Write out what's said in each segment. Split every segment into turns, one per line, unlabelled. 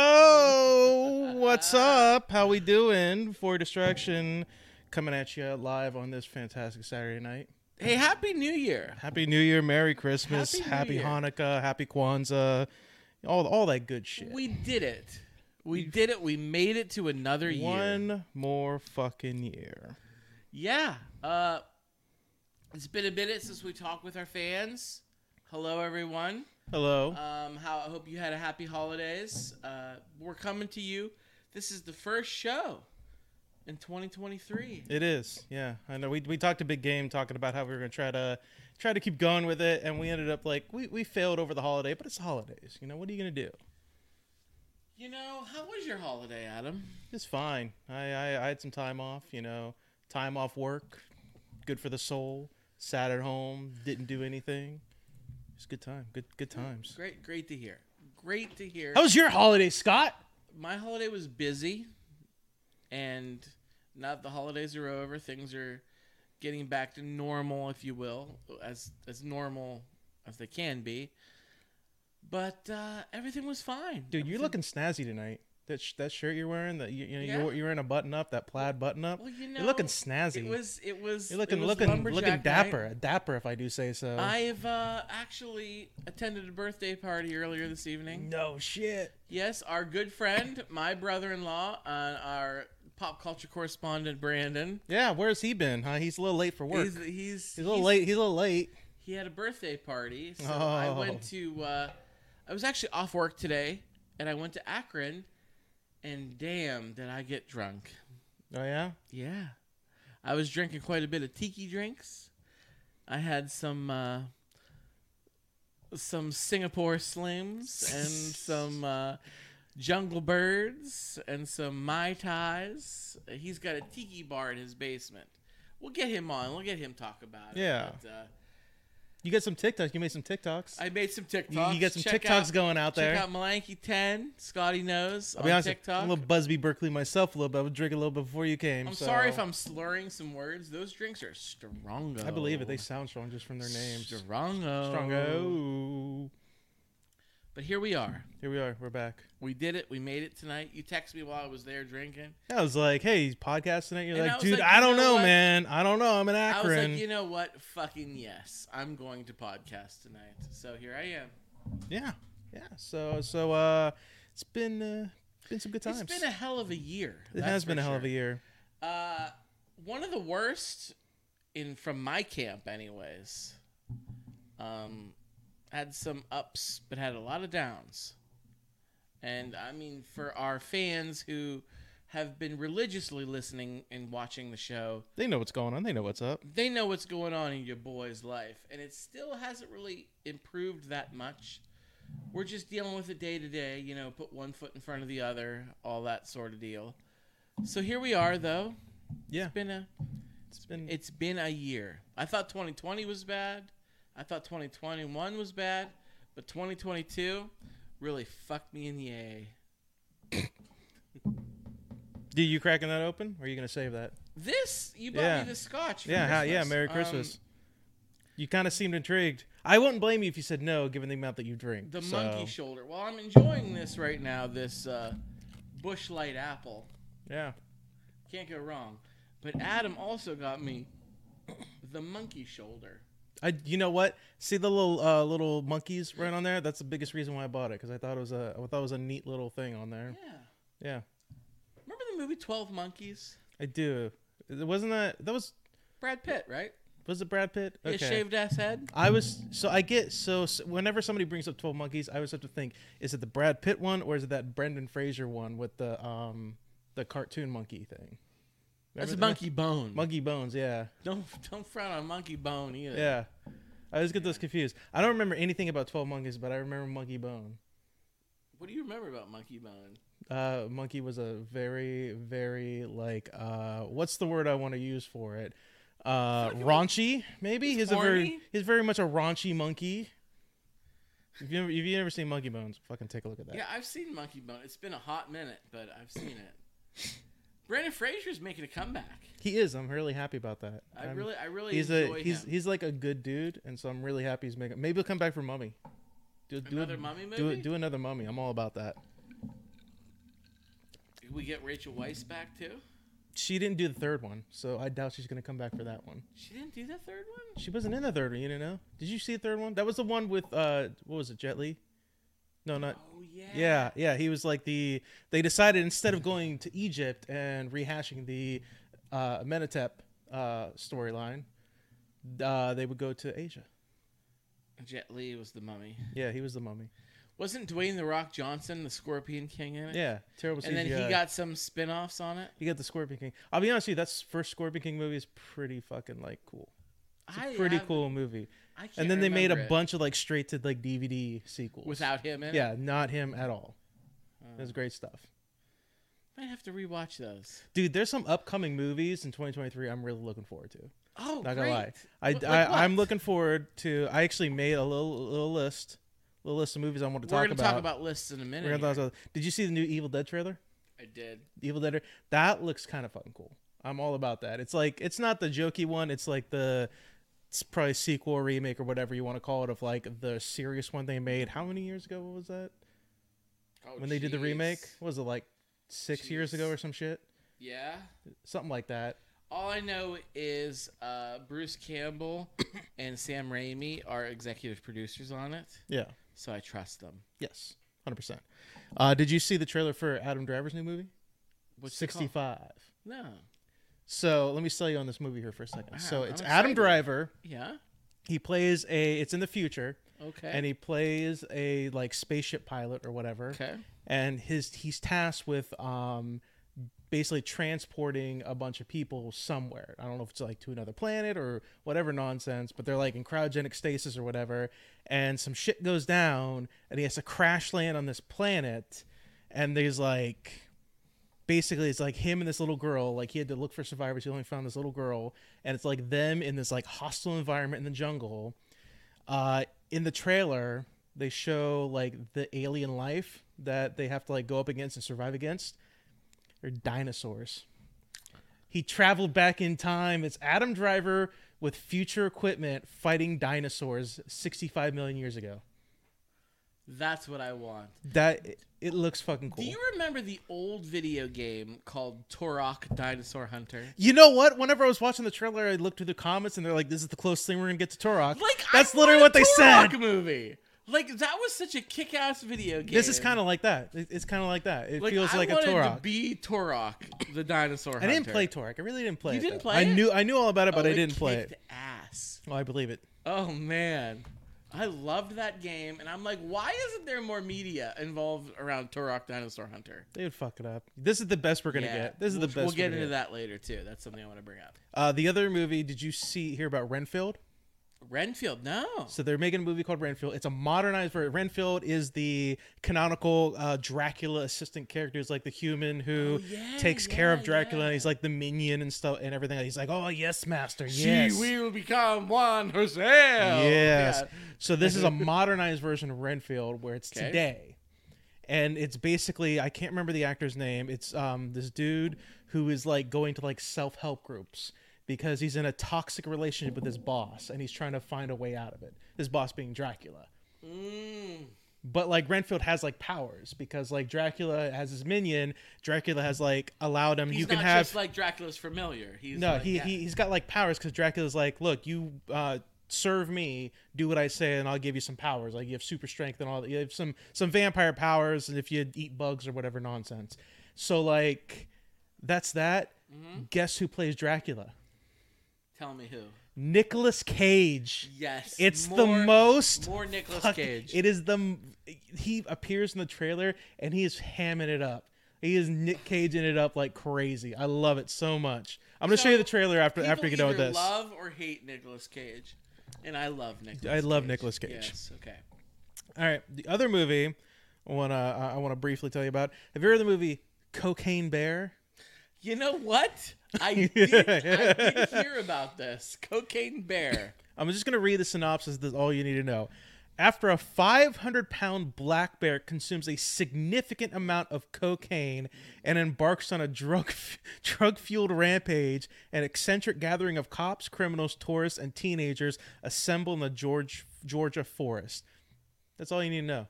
Oh, what's up? How we doing? For distraction, coming at you live on this fantastic Saturday night.
Hey, Happy New Year.
Happy New Year, Merry Christmas,
Happy
Happy,
New
Hanukkah, Happy Kwanzaa, all all that good shit.
We did it. We did it. We made it to another year.
One more fucking year.
Yeah. Uh, it's been a minute since we talked with our fans. Hello, everyone.
Hello.
Um, how I hope you had a happy holidays. Uh, we're coming to you. This is the first show in 2023.
It is, yeah. I know we, we talked a big game talking about how we were gonna try to try to keep going with it, and we ended up like we, we failed over the holiday, but it's the holidays. You know what are you gonna do?
You know, how was your holiday, Adam?
It's fine. I, I I had some time off. You know, time off work, good for the soul. Sat at home, didn't do anything. It's good time. Good good times.
Great, great to hear. Great to hear.
How was your holiday, Scott?
my holiday was busy and now that the holidays are over things are getting back to normal if you will as as normal as they can be but uh everything was fine
Dude, you're looking
Everything-
snazzy tonight. That sh- that shirt you're wearing, that you, you know
Yeah.
you're, you're in a button up, that plaid button up.
well you know
you're looking snazzy.
it was it was
you're looking
it was
looking looking
lumberjack
dapper,
night.
dapper if I do say so.
i've uh actually attended a birthday party earlier this evening
no shit.
yes our good friend my brother-in-law and our pop culture correspondent brandon
Yeah, where's he been? Huh? He's a little late for work.
he's
He's,
he's
a little late. He's a little late.
he had a birthday party, so I went to. Uh, I was actually off work today, and I went to Akron, and damn, did I get drunk!
Oh yeah.
Yeah, I was drinking quite a bit of tiki drinks. I had some uh, some Singapore Slims and some uh, Jungle Birds and some mai tais. He's got a tiki bar in his basement. We'll get him on. We'll get him talk about it.
Yeah.
But, uh,
You got some TikToks. You made some TikToks.
I made some
You,
TikToks.
you got some
Check
TikToks
out-
going out there.
Check out Malanky Ten, Scotty Knows
I'll
on
be honest,
TikTok.
I'm a little Busby Berkeley myself a little bit. I was drinking a little bit before you came.
I'm
so-
sorry if I'm slurring some words. Those drinks are strongo.
I believe it. They sound strong just from their names.
Strongo.
Strongo.
But here we are.
Here we are. We're back.
We did it. We made it tonight. You texted me while I was there drinking.
I was like, hey, he's podcasting it. You're
And I
like,
was
dude,
like,
I
you
don't
know
know,
what?
man. I don't know. I'm in
I
Akron.
was like, you know what? Fucking yes. I'm going to podcast tonight. So here I am.
yeah. Yeah. So, so, uh, it's been, uh, been some good times.
It's been a hell of a year.
it has been a hell of a year.
Uh, one of the worst in from my camp, anyways. Um, had some ups, but had a lot of downs. And I mean, for our fans who have been religiously listening and watching the show,
They know what's going on. They know what's up.
they know what's going on in your boy's life, and it still hasn't really improved that much. We're just dealing with it day to day, you know, put one foot in front of the other, all that sort of deal. So here we are, though.
Yeah.
It's been a
It's been,
it's been a year. I thought 2020 was bad. I thought 2021 was bad, but 2022 really fucked me in the a.
do you cracking that open? Or are you going to save that?
This you bought
Yeah.
me the scotch. For
Yeah, ha-
Christmas.
yeah. Merry
Um,
Christmas. you kind of seemed intrigued. I wouldn't blame you if you said no, given the amount that you drink.
Um, the
so-
monkey shoulder. Well, I'm enjoying this right now. This uh, bush light apple
yeah,
can't go wrong. But Adam also got me the monkey shoulder.
I. You know what? See the little uh, little monkeys right on there. That's the biggest reason why I bought it because I thought it was a I thought it was a neat little thing on
Yeah.
there. Yeah,
Remember the movie Twelve Monkeys?
I do. It- Wasn't that that was
Brad Pitt, right?
Was it Brad Pitt?
His shaved ass head.
I was so I get so, so whenever somebody brings up Twelve Monkeys, I always have to think: is it the Brad Pitt one or is it that Brendan Fraser one with the um the cartoon monkey thing? Remember
That's a
that?
monkey bone.
Monkey Bones, yeah,
Don't don't frown on monkey bone either.
yeah. I always get those confused. I don't remember anything about Twelve Monkeys, but I remember Monkey Bone.
What do you remember about monkey bone?
Uh, monkey was a very, very like uh, what's the word I want to use for it? Uh, raunchy, maybe. He's, a very,
horny?
he's very much a raunchy monkey. If you ever, if you ever seen Monkey Bones, fucking take a look at that.
Yeah, I've seen monkey bone. It's been a hot minute, but I've seen it. Brandon Fraser's making a comeback.
He is. I'm really happy about that.
I
I'm-
really, I really
He's a
enjoy him.
he's he's like a good dude, and so I'm really happy he's making. Maybe he'll come back for Mummy. Do, do
Another
a,
Mummy
Do, a-
movie?
do another Mummy. I'm all about that.
Did we get Rachel Weisz back too.
She didn't do the third one, so I doubt she's gonna come back for that one.
She didn't do the third one.
She wasn't in the third one. You didn't know? Did you see the third one? That was the one with uh, what was it, Jet Li? No, not.
Oh yeah.
Yeah, yeah. He was like the. They decided instead of going to Egypt and rehashing the uh, Amenhotep uh, storyline, uh, they would go to Asia.
Jet Li was the mummy.
Yeah, he was the mummy. Wasn't
Wasn't Dwayne the Rock Johnson the Scorpion King in it?
Yeah, uh, terrible.
And then he
CGI.
got some spin-offs on it.
He got the Scorpion King. I'll be honest with you, that first Scorpion King movie is pretty fucking like cool. It's a
I
pretty
haven't-
cool movie.
I can't
And then they made a
remember it
bunch of like straight to like DVD sequels.
without him Hmm. in it.
Yeah, not him at all. That's great stuff.
Might have to rewatch those.
Dude, there's some upcoming movies in 2023 I'm really looking forward to.
Oh,
Not
great.
gonna lie. I,
What- like what?
I, am looking forward to I actually made a little little list. Little list of movies I want to
We're
talk
gonna
about.
talk about lists in a minute.
We're gonna
here.
talk about Did you see the new Evil Dead trailer?
I did.
Evil Dead. That looks kind of fucking cool. I'm all about that. It's like it's not the jokey one. It's like the it's probably sequel or remake or whatever you want to call it of like the serious one they made. How many years ago was that?
Oh,
When they did the
jeez.
remake, was it like six years ago
Jeez.
or some shit?
Yeah.
Something like that.
All I know is uh, Bruce Campbell and Sam Raimi are executive producers on it,
Yeah.
so I trust them.
Yes. Hundred percent. Uh, did you see the trailer for Adam Driver's new movie?
What's it called?
Sixty-five.
No.
So let me sell you on this movie here for a second. so
I'm
it's Adam
excited.
Driver.
Yeah.
He plays a. It's in the future.
Okay.
and he plays a like spaceship pilot or whatever
okay.
and his he's tasked with um basically transporting a bunch of people somewhere i don't know if it's like to another planet or whatever nonsense but they're like in cryogenic stasis or whatever and some shit goes down and he has to crash land on this planet and there's like basically it's like him and this little girl like he had to look for survivors he only found this little girl and it's like them in this like hostile environment in the jungle uh in the trailer they show like the alien life that they have to like go up against and survive against they're dinosaurs he traveled back in time it's adam driver with future equipment fighting dinosaurs 65 million years ago
That's what I want.
that it looks fucking cool
Do you remember the old video game called Torok Dinosaur Hunter?
You know what? Whenever I was watching the trailer, I looked through the comments and they're like, "This is the closest thing we're gonna get to Turok."
Like
that's
I
literally
want
what
a
they
Turok
said.
Movie. Like that was such a kick-ass video game.
This is kind of like that. It- It's kind of like that. It
like,
feels
I
like a
wanted
Turok.
To be Torok, the dinosaur.
I didn't
hunter.
play Turok. I really didn't play.
You
it,
didn't
though.
play
I
it?
knew I knew all about it, but
Oh,
I didn't play it.
kicked Ass.
Oh, I believe it.
Oh man, I loved that game, and I'm like, why isn't there more media involved around Turok Dinosaur Hunter?
They would fuck it up. This is the best we're gonna
Yeah,
get. This is the
we'll,
best.
We'll
we're
get
gonna
into that later too. That's something I want to bring up.
Uh, the other movie. Did you see hear about Renfield?
Renfield, no.
So they're making a movie called Renfield. It's a modernized version. Renfield is the canonical uh, Dracula assistant character. He's like the human who
Oh, yeah,
takes care of
yeah,
Dracula. And
yeah.
he's like the minion and stuff and everything. He's like, oh yes, master, yes,
will become one herself.
yes.
Yeah.
So this is a modernized version of Renfield where it's
Okay.
today, and it's basically I can't remember the actor's name. It's um this dude who is like going to like self help groups because he's in a toxic relationship with his boss and he's trying to find a way out of it. His boss being Dracula.
Mm.
but like Renfield has like powers because like Dracula has his minion. Dracula has like allowed him.
He's
you can
not
have
just like Dracula's familiar. He's
no.
like,
he,
yeah.
he he's got like powers because Dracula's like, look, you uh, serve me, do what I say, and I'll give you some powers. Like you have super strength and all that. You have some some vampire powers, and if you eat bugs or whatever nonsense. So
Mm-hmm.
like, that's that. Guess who plays Dracula?
Tell me who.
Nicolas Cage.
Yes.
It's
more-
the most
more Nicolas
fuck-
Cage.
It is the m- he appears in the trailer and he is hamming it up. He is Nick Caging it up like crazy. I love it so much. I'm gonna show
So,
you the trailer after after you
People
get done with
either
this.
Love or hate Nicolas Cage, and I love Nicolas.
I love Nicolas Cage.
Yes. Okay.
All right, the other movie I wanna I I wanna briefly tell you about. Have you heard of the movie Cocaine Bear?
You know what? I did, I did hear about this. Cocaine Bear.
I'm just going to read the synopsis. That's all you need to know. After a 500 pound black bear consumes a significant amount of cocaine and embarks on a drug drug fueled rampage, an eccentric gathering of cops, criminals, tourists, and teenagers assemble in the George, Georgia forest. That's all you need to know.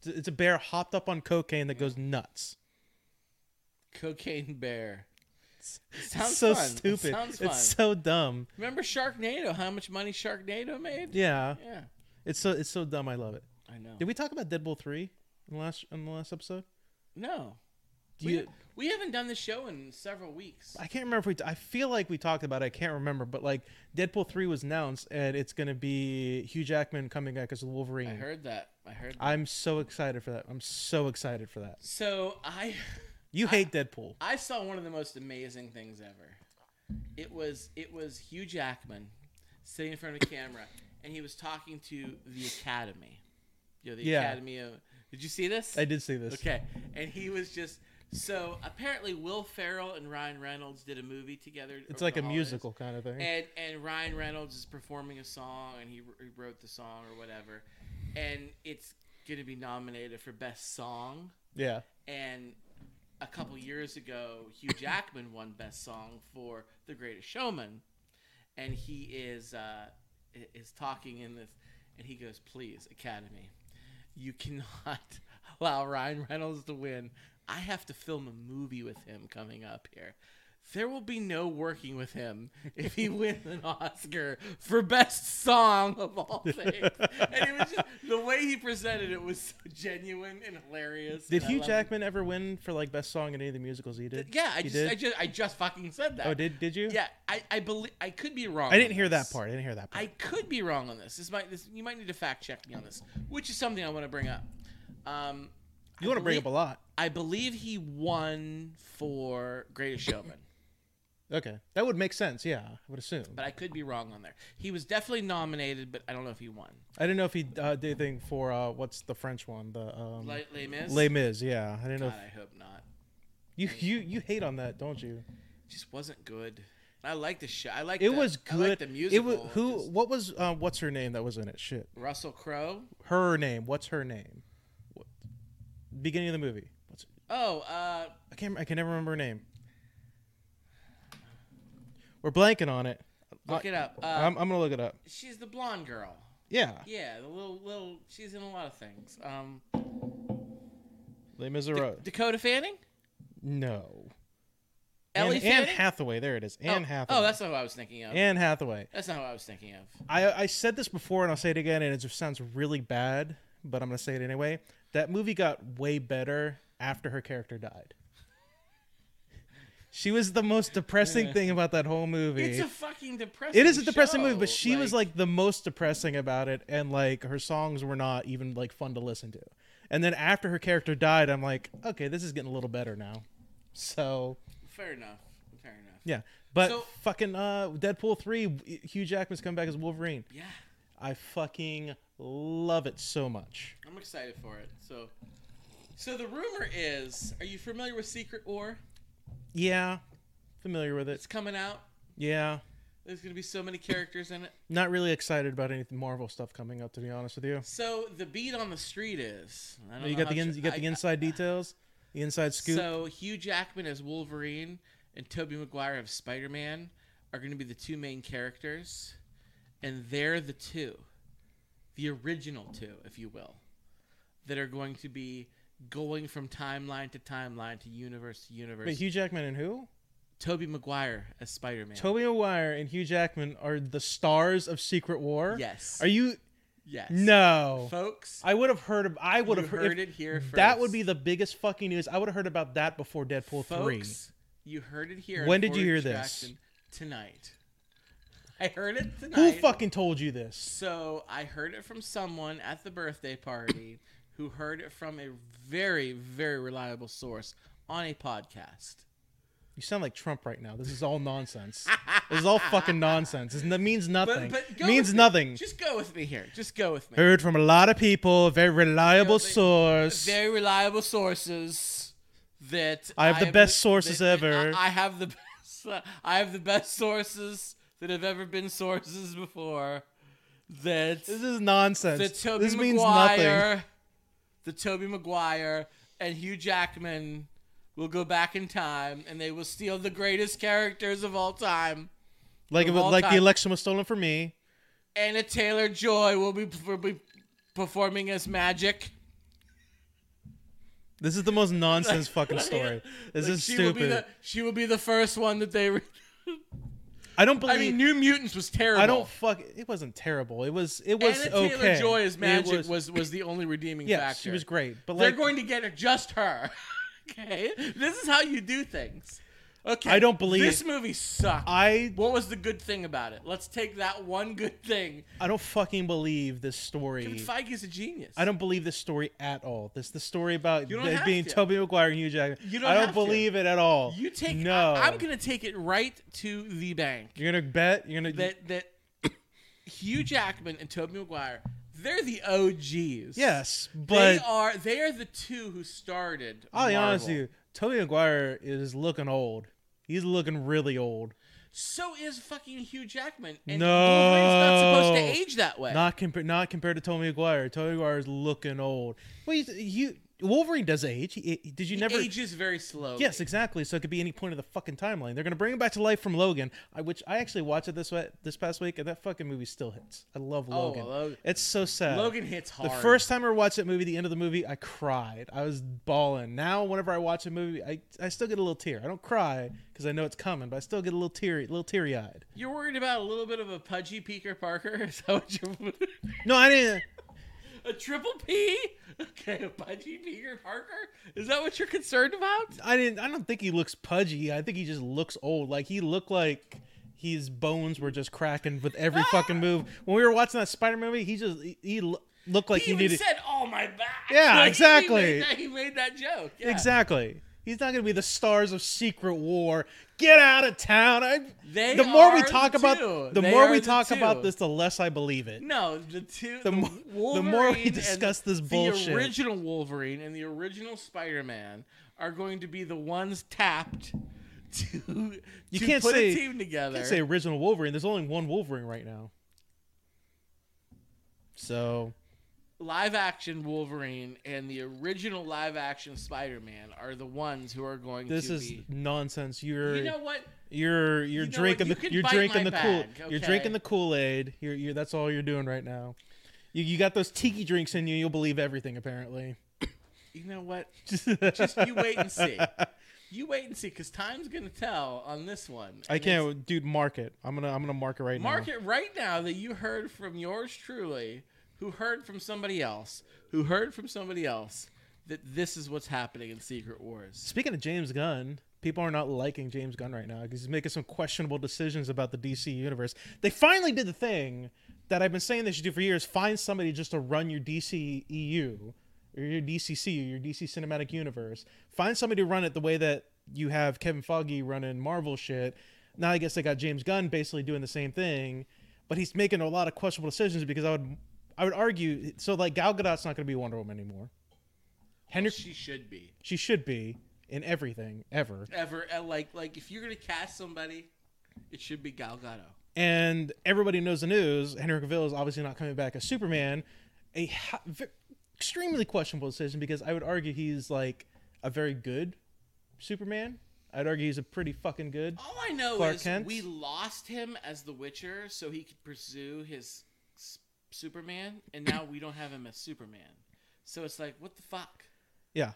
It's, it's a bear hopped up on cocaine that goes nuts.
Cocaine Bear. Sounds
so
fun. It
stupid.
sounds fun.
It's so dumb.
Remember Sharknado? How much money Sharknado made?
Yeah.
Yeah.
It's so it's so dumb. I love it.
I know.
Did we talk about Deadpool three in the last in the last episode?
no.
Do
we,
you-
we haven't done this show in several weeks.
I can't remember if we. I feel like we talked about. it. I can't remember, but like Deadpool three was announced, and it's gonna be Hugh Jackman coming back as Wolverine.
I heard that. I heard.
am so excited for that. I'm so excited for that.
so I,
You hate Deadpool.
I saw one of the most amazing things ever. It was it was Hugh Jackman sitting in front of a camera, and he was talking to the Academy. You know, the
Yeah.
Academy of. Did you see this?
I did see this.
Okay, and he was just so apparently Will Ferrell and Ryan Reynolds did a movie together.
It's
over
like
the
a
holidays.
musical kind of thing.
And and Ryan Reynolds is performing a song, and he, wr- he wrote the song or whatever, and it's gonna be nominated for best song.
yeah.
And a couple years ago, Hugh Jackman won best song for The Greatest Showman, and he is uh, i- is talking in this, and he goes, "Please, Academy, you cannot allow Ryan Reynolds to win. I have to film a movie with him coming up here." There will be no working with him if he wins an Oscar for best song of all things. And it was just, the way he presented it was so genuine and hilarious.
Did
and I
Hugh
loved it.
Jackman ever win for like best song in any of the musicals he did?
Yeah, I
He
just,
did?
I just, I just fucking said that.
oh, did did you?
Yeah, I, I believe I could be wrong.
I didn't
on
hear that
this.
part. I didn't hear that part.
I could be wrong on this. This might, this you might need to fact check me on this, which is something I want to bring up. Um,
you want to bring up a lot.
I believe he won for Greatest Showman,
Okay, that would make sense. Yeah, I would assume.
but I could be wrong on there. He was definitely nominated, but I don't know if he won.
I didn't know if he uh, did anything for uh, what's the French one? The um,
Les, Les Mis?
Les Mis. Yeah, I didn't know.
God,
If,
I hope not.
you you you hate on that, don't you?
Just wasn't good. I like the show. I like
It was good.
the musical.
It was who?
Just-
What was? Uh, what's her name that was in it? Shit.
Russell Crowe.
Her name. What's her name? What? Beginning of the movie. What's?
Oh, uh,
I can't. I can never remember her name. We're blanking on it.
look it up. Uh,
I'm, I'm gonna look it up.
she's the blonde girl.
Yeah.
Yeah, the little little. She's in a lot of things. Um,
Les Miserables.
Dakota Fanning,
no.
Ellie
Anne, Anne
Fanning.
Hathaway. There it is. Anne
oh,
Hathaway.
Oh, that's not what I was thinking of.
Anne Hathaway.
that's not what I was thinking of.
I I said this before and I'll say it again and it just sounds really bad, but I'm gonna say it anyway. That movie got way better after her character died. She was the most depressing thing about that whole movie.
It's a fucking depressing.
It is a depressing movie, but
show,
she was like the most depressing about it, and like her songs were not even like fun to listen to. And then after her character died, I'm like, okay, this is getting a little better now. So
fair enough. Fair enough.
yeah, but
So-
fucking uh, Deadpool three, Hugh Jackman's coming back as Wolverine.
Yeah,
I fucking love it so much.
I'm excited for it. So, so the rumor is, are you familiar with Secret War?
Yeah, familiar with it.
It's coming out.
Yeah,
There's gonna be so many characters in it.
not really excited about any Marvel stuff coming up, to be honest with you.
So the beat on the street is. I don't
You
know
got the
how
in,
tr-
you got
I-
the inside details, the inside scoop.
So Hugh Jackman as Wolverine and Tobey Maguire of Spider Man are going to be the two main characters, and they're the two, the original two, if you will, that are going to be going from timeline to timeline to universe to universe.
Wait, Hugh Jackman and who?
Tobey Maguire as Spider Man.
Tobey Maguire and Hugh Jackman are the stars of Secret War.
Yes.
Are you?
yes.
No.
Folks,
I would have heard. Of, I would
you
have heard,
heard
if-
it here first.
That would be the biggest fucking news. I would have heard about that before Deadpool three.
Folks, you heard it here. on
When did you
Forward
hear this?
Distraction Tonight. I heard it tonight.
Who fucking told you this?
So I heard it from someone at the birthday party who heard it from a very, very reliable source on a podcast.
You sound like Trump right now. This is all nonsense. this is all fucking nonsense. This n- means nothing.
go
means
with me.
nothing.
Just go with me here. Just go with me.
Heard from a lot of people, very reliable
Go with me.
source.
Very reliable sources that
I have the best sources
that- that
ever.
I, I have the best. I have the best sources that have ever been sources before. That
This is nonsense.
the Toby
this means nothing.
Maguire, the Toby Maguire and Hugh Jackman will go back in time and they will steal the greatest characters of all time.
Like it
of
was-
all
like the
time.
election was stolen from me.
Anna Taylor Joy will be, will be performing as magic.
This is the most nonsense fucking story. This
Like,
is
she Will be
stupid.
the, she will be the first one that they. Re-
I don't believe.
I mean, New Mutants was terrible.
I don't fuck. It wasn't terrible. It was. It was
Anna
okay.
Taylor Joy as
It
magic
was-
was, was the only redeeming
yes,
factor.
she was great. But
They're
like,
going to get her, just her. okay, this is how you do things. Okay,
I don't believe-
this movie sucked.
I
What was the good thing about it? Let's take that one good thing.
I don't fucking believe this
Kevin
story.
Feige's a genius.
I don't believe this story at all. This the story about
You don't
it
have
being
to.
Toby Maguire and Hugh Jackman.
You don't
I don't
have to.
believe it at all.
You take.
no.
I, am gonna take it right to the bank.
You're gonna bet. You're gonna.
that that Hugh Jackman and Tobey Maguire, they're the OGs.
yes,
they
but
are. They are the two who started.
I'll be honest with
Marvel.
you. Toby Maguire is looking old. He's looking really old.
So is fucking Hugh Jackman. And
No.
Wolverine's not supposed to age that way.
Not compared. Not compared to Toby Maguire. Toby Maguire is looking old. Well, he's, you Wolverine does age. He, he- did you
he
never?
ages very slowly.
Yes, exactly. So it could be any point of the fucking timeline. They're gonna bring him back to life from Logan, I, which I actually watched it this way, this past week, and that fucking movie still hits. I love
Oh,
Logan.
Lo-
it's so sad.
Logan hits
The
hard.
first time I watched that movie, the end of the movie, I cried. I was bawling. Now, whenever I watch a movie, I, I still get a little tear. I don't cry because I know it's coming, but I still get a little teary, little teary eyed.
You're worried about a little bit of a pudgy Peaker Parker? Is that what you're.
No, I didn't.
a triple P? Okay, a pudgy Peaker Parker? Is that what you're concerned about?
I didn't. I don't think he looks pudgy. I think he just looks old. Like he looked like his bones were just cracking with every fucking move. When we were watching that Spider movie, he just he, he lo- looked like
He
he,
even
needed
said, "Oh my back."
Yeah,
Like, he
exactly.
made that- He made that, joke. Yeah.
exactly. He's not gonna be the stars of Secret War. Get out of town. I,
They
the more we
are the
talk about
two.
the
They
more
are
we
the
talk about
two.
this, the less I believe it.
No, the two.
The
The,
mo- the
Wolverine
more we
and
discuss this bullshit.
the original Wolverine and the original Spider-Man are going to be the ones tapped to
You
to
can't
put
say-
a team together.
I can't say original Wolverine. There's only one Wolverine right now. So
live action Wolverine and the original live action Spider-Man are the ones who are going
this
to
is
be.
nonsense. You're
You know what?
You're you're
You know what?
drinking
You
the
can
you're
bite
drinking
my
the cool
bag,
you're
okay?
drinking the Kool Aid. You're, you're that's all you're doing right now. You you got those tiki drinks in you. You'll believe everything apparently.
You know what?
Just
Just you wait and see. You wait and see, because time's gonna tell on this one.
I
And it's-
can't, dude. Mark it. I'm gonna I'm gonna mark it right
Mark
now.
it right now that you heard from yours truly, who heard from somebody else, who heard from somebody else that this is what's happening in Secret Wars.
Speaking of James Gunn, people are not liking James Gunn right now because he's making some questionable decisions about the DC universe. They finally did the thing that I've been saying they should do for years: find somebody just to run your DC EU or your DCC, your DC Cinematic Universe. Find somebody to run it the way that you have Kevin Feige running Marvel shit. Now I guess they got James Gunn basically doing the same thing, but he's making a lot of questionable decisions because I would, I would argue. So like Gal Gadot's not going to be Wonder Woman anymore. Henry,
She should be
she should be in everything ever.
ever uh, like like if you're gonna cast somebody, it should be Gal Gadot.
And everybody knows the news. Henry Cavill is obviously not coming back as Superman. A ha- ve- extremely questionable decision because I would argue he's like a very good Superman. I'd argue he's a pretty fucking good.
All I know
Clark
is
Kent?
we lost him as the Witcher, so he could pursue his s- Superman, and now we don't have him as Superman. So it's like, what the fuck?
Yeah.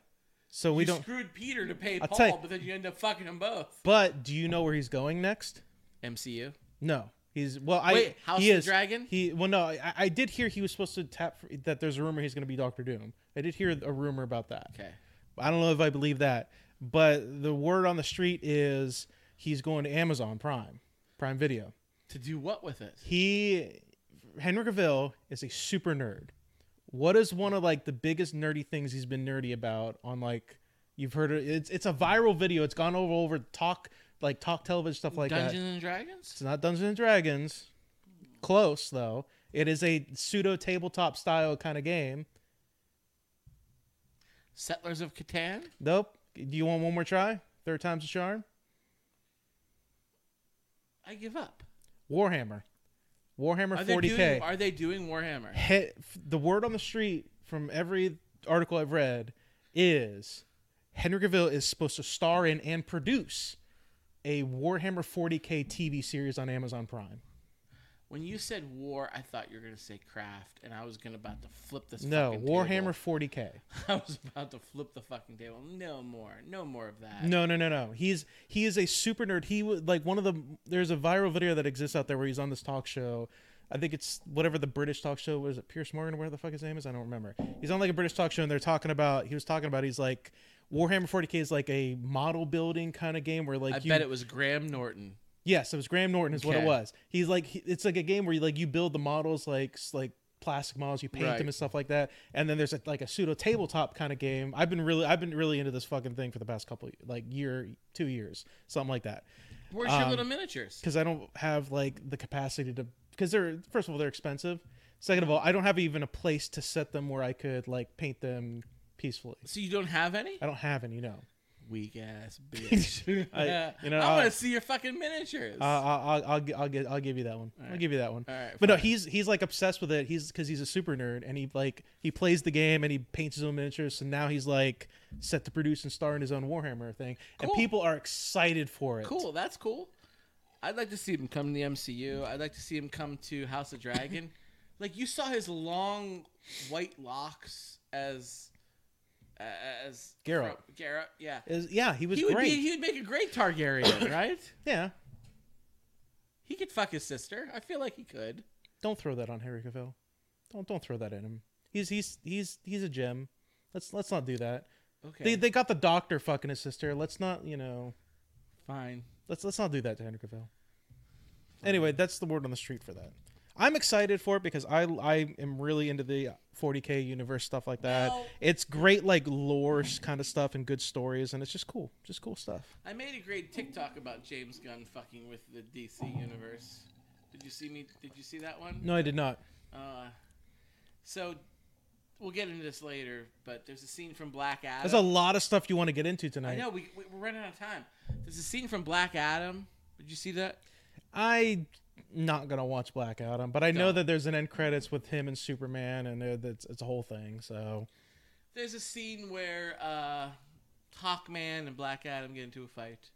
So we
you
don't.
screwed Peter to pay
tell
Paul,
you-
but then you end up fucking them both.
But do you know where he's going next?
MCU.
No. He's well. I
Wait, House
he
of the
is,
Dragon?
He well, no. I, I did hear he was supposed to tap for, that. There's a rumor he's going to be Doctor Doom. I did hear a rumor about that.
Okay.
I don't know if I believe that, but the word on the street is he's going to Amazon Prime, Prime Video.
To do what with it?
He Henry Cavill is a super nerd. What is one of like the biggest nerdy things he's been nerdy about on like you've heard it, it's it's a viral video. It's gone over over talk like talk television stuff like uh, that.
Dungeons and Dragons?
It's not Dungeons and Dragons. Close though. It is a pseudo tabletop style kind of game.
Settlers of Catan?
Nope. Do you want one more try? Third time's a charm.
I give up.
Warhammer. Warhammer
Are they,
40K.
doing, are they doing Warhammer?
He- f- the word on the street from every article I've read is Henry Cavill is supposed to star in and produce a Warhammer 40K TV series on Amazon Prime.
When you said war, I thought you were going to say craft, and I was going to about to flip this.
No,
fucking
Warhammer
table.
40K.
I was about to flip the fucking table. No more. No more of that.
No, no, no, no. He's he is a super nerd. He was like one of the there's a viral video that exists out there where he's on this talk show. I think it's whatever the British talk show was. It Pierce Morgan, where the fuck his name is, I don't remember. He's on like a British talk show, and they're talking about he was talking about he's like Warhammer 40k is like a model building kind of game where like
I
you
bet it was Graham Norton.
Yes, it was Graham Norton is what it
Okay.
was. He's like he- it's like a game where you like you build the models like s- like plastic models, you paint
Right.
them and stuff like that. And then there's a, like a pseudo tabletop kind of game. I've been really I've been really into this fucking thing for the past couple like year, 2 years, something like that.
Where's
Um,
your little miniatures?
Cuz I don't have like the capacity to cuz they're first of all they're expensive. Second of all, I don't have even a place to set them where I could like paint them peacefully.
So you don't have any?
I don't have any, no.
Weak ass bitch.
I- you know,
I want
I'll-
to see your fucking miniatures.
Uh, I'll, I'll, I'll, gi- I'll, gi- I'll give you that one. I'll
right.
give you that one.
All right,
but no,
fine.
he's he's like obsessed with it. He's because he's a super nerd and he like he plays the game and he paints his own miniatures. And now he's like set to produce and star in his own Warhammer thing. And
Cool.
people are excited for it.
cool. That's cool. I'd like to see him come to the MCU. I'd like to see him come to House of Dragon. like you saw his long white locks as as
Geralt.
from- Geralt, yeah.
Is- yeah, he was
he would
great.
be he would make a great Targaryen, right?
yeah,
He could fuck his sister. I feel like he could.
don't throw that on Henry Cavill. Don't don't throw that at him. He's he's he's he's a gem. Let's let's not do that.
Okay.
They, they got the doctor fucking his sister. Let's not you know.
Fine.
Let's let's not do that to Henry Cavill. Anyway, that's the word on the street for that. I'm excited for it because I I am really into the 40k universe stuff like that.
Well-
it's great like lore kind of stuff and good stories and it's just cool, just cool stuff.
I made a great TikTok about James Gunn fucking with the DC universe. Did you see me? Did you see that one?
No, I did not.
Uh, so we'll get into this later, but there's a scene from Black
There's a
Adam.
lot of stuff you want to get into
I
tonight.
know we, we we're running out of time. There's a scene from Black Adam. Did you see that?
I not gonna watch Black Adam, but I know
Don't.
that there's an end credits with him and Superman and uh, that's it's a whole thing. So
There's a scene where uh, Hawkman and Black Adam get into a fight,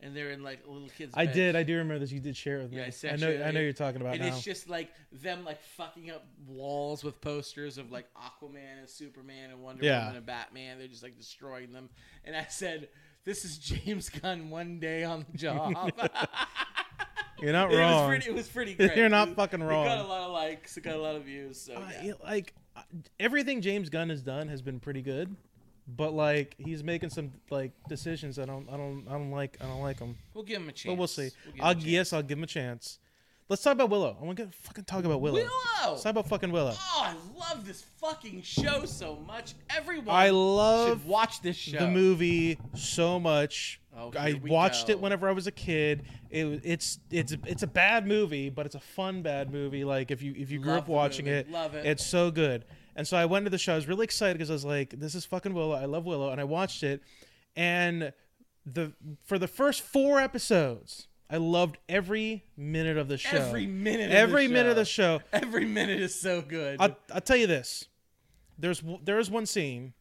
and they're in like a little kid's.
I
bed.
did, I do remember this. You did share it with me.
Yeah, I
I
sent
know,
you
I know
it.
you're talking about
and
now.
it's just like them like fucking up walls with posters of like Aquaman and Superman and Wonder
Yeah.
Woman and Batman. They're just like destroying them. And I said, "This is James Gunn one day on the job."
you're not
it
wrong.
was pretty. It was pretty great.
You're not
It-
fucking
It got a
wrong. Uh,
lot of likes. It got a lot of views. So
I-
Oh, yeah.
it- like I- everything James Gunn has done has been pretty good, but like he's making some like decisions I don't I don't I don't like I don't like him.
we'll give him a chance.
But we'll see.
give him a
I'll
chance.
yes I'll give him a chance. Let's talk about Willow. I want to fucking talk about Willow.
Willow.
Let's talk about fucking Willow.
Oh, I love this fucking show so much. Everyone
I
should
love
watch this show.
the movie so much.
Oh, here
I
we
watched
go.
it whenever I was a kid. It, was- it's it's it's a bad movie, but it's a fun bad movie. Like if you if you grew
Love
up
the
watching
movie.
it,
Love it.
It's so good. And so I went to the show. I was really excited because I was like, "This is fucking Willow. I love Willow." And I watched it, and the for the first four episodes, I loved every minute of the show.
Every minute.
Every
of the
minute of the
show.
show.
Every minute is so good.
I'll, I'll tell you this. There's w- there is one scene,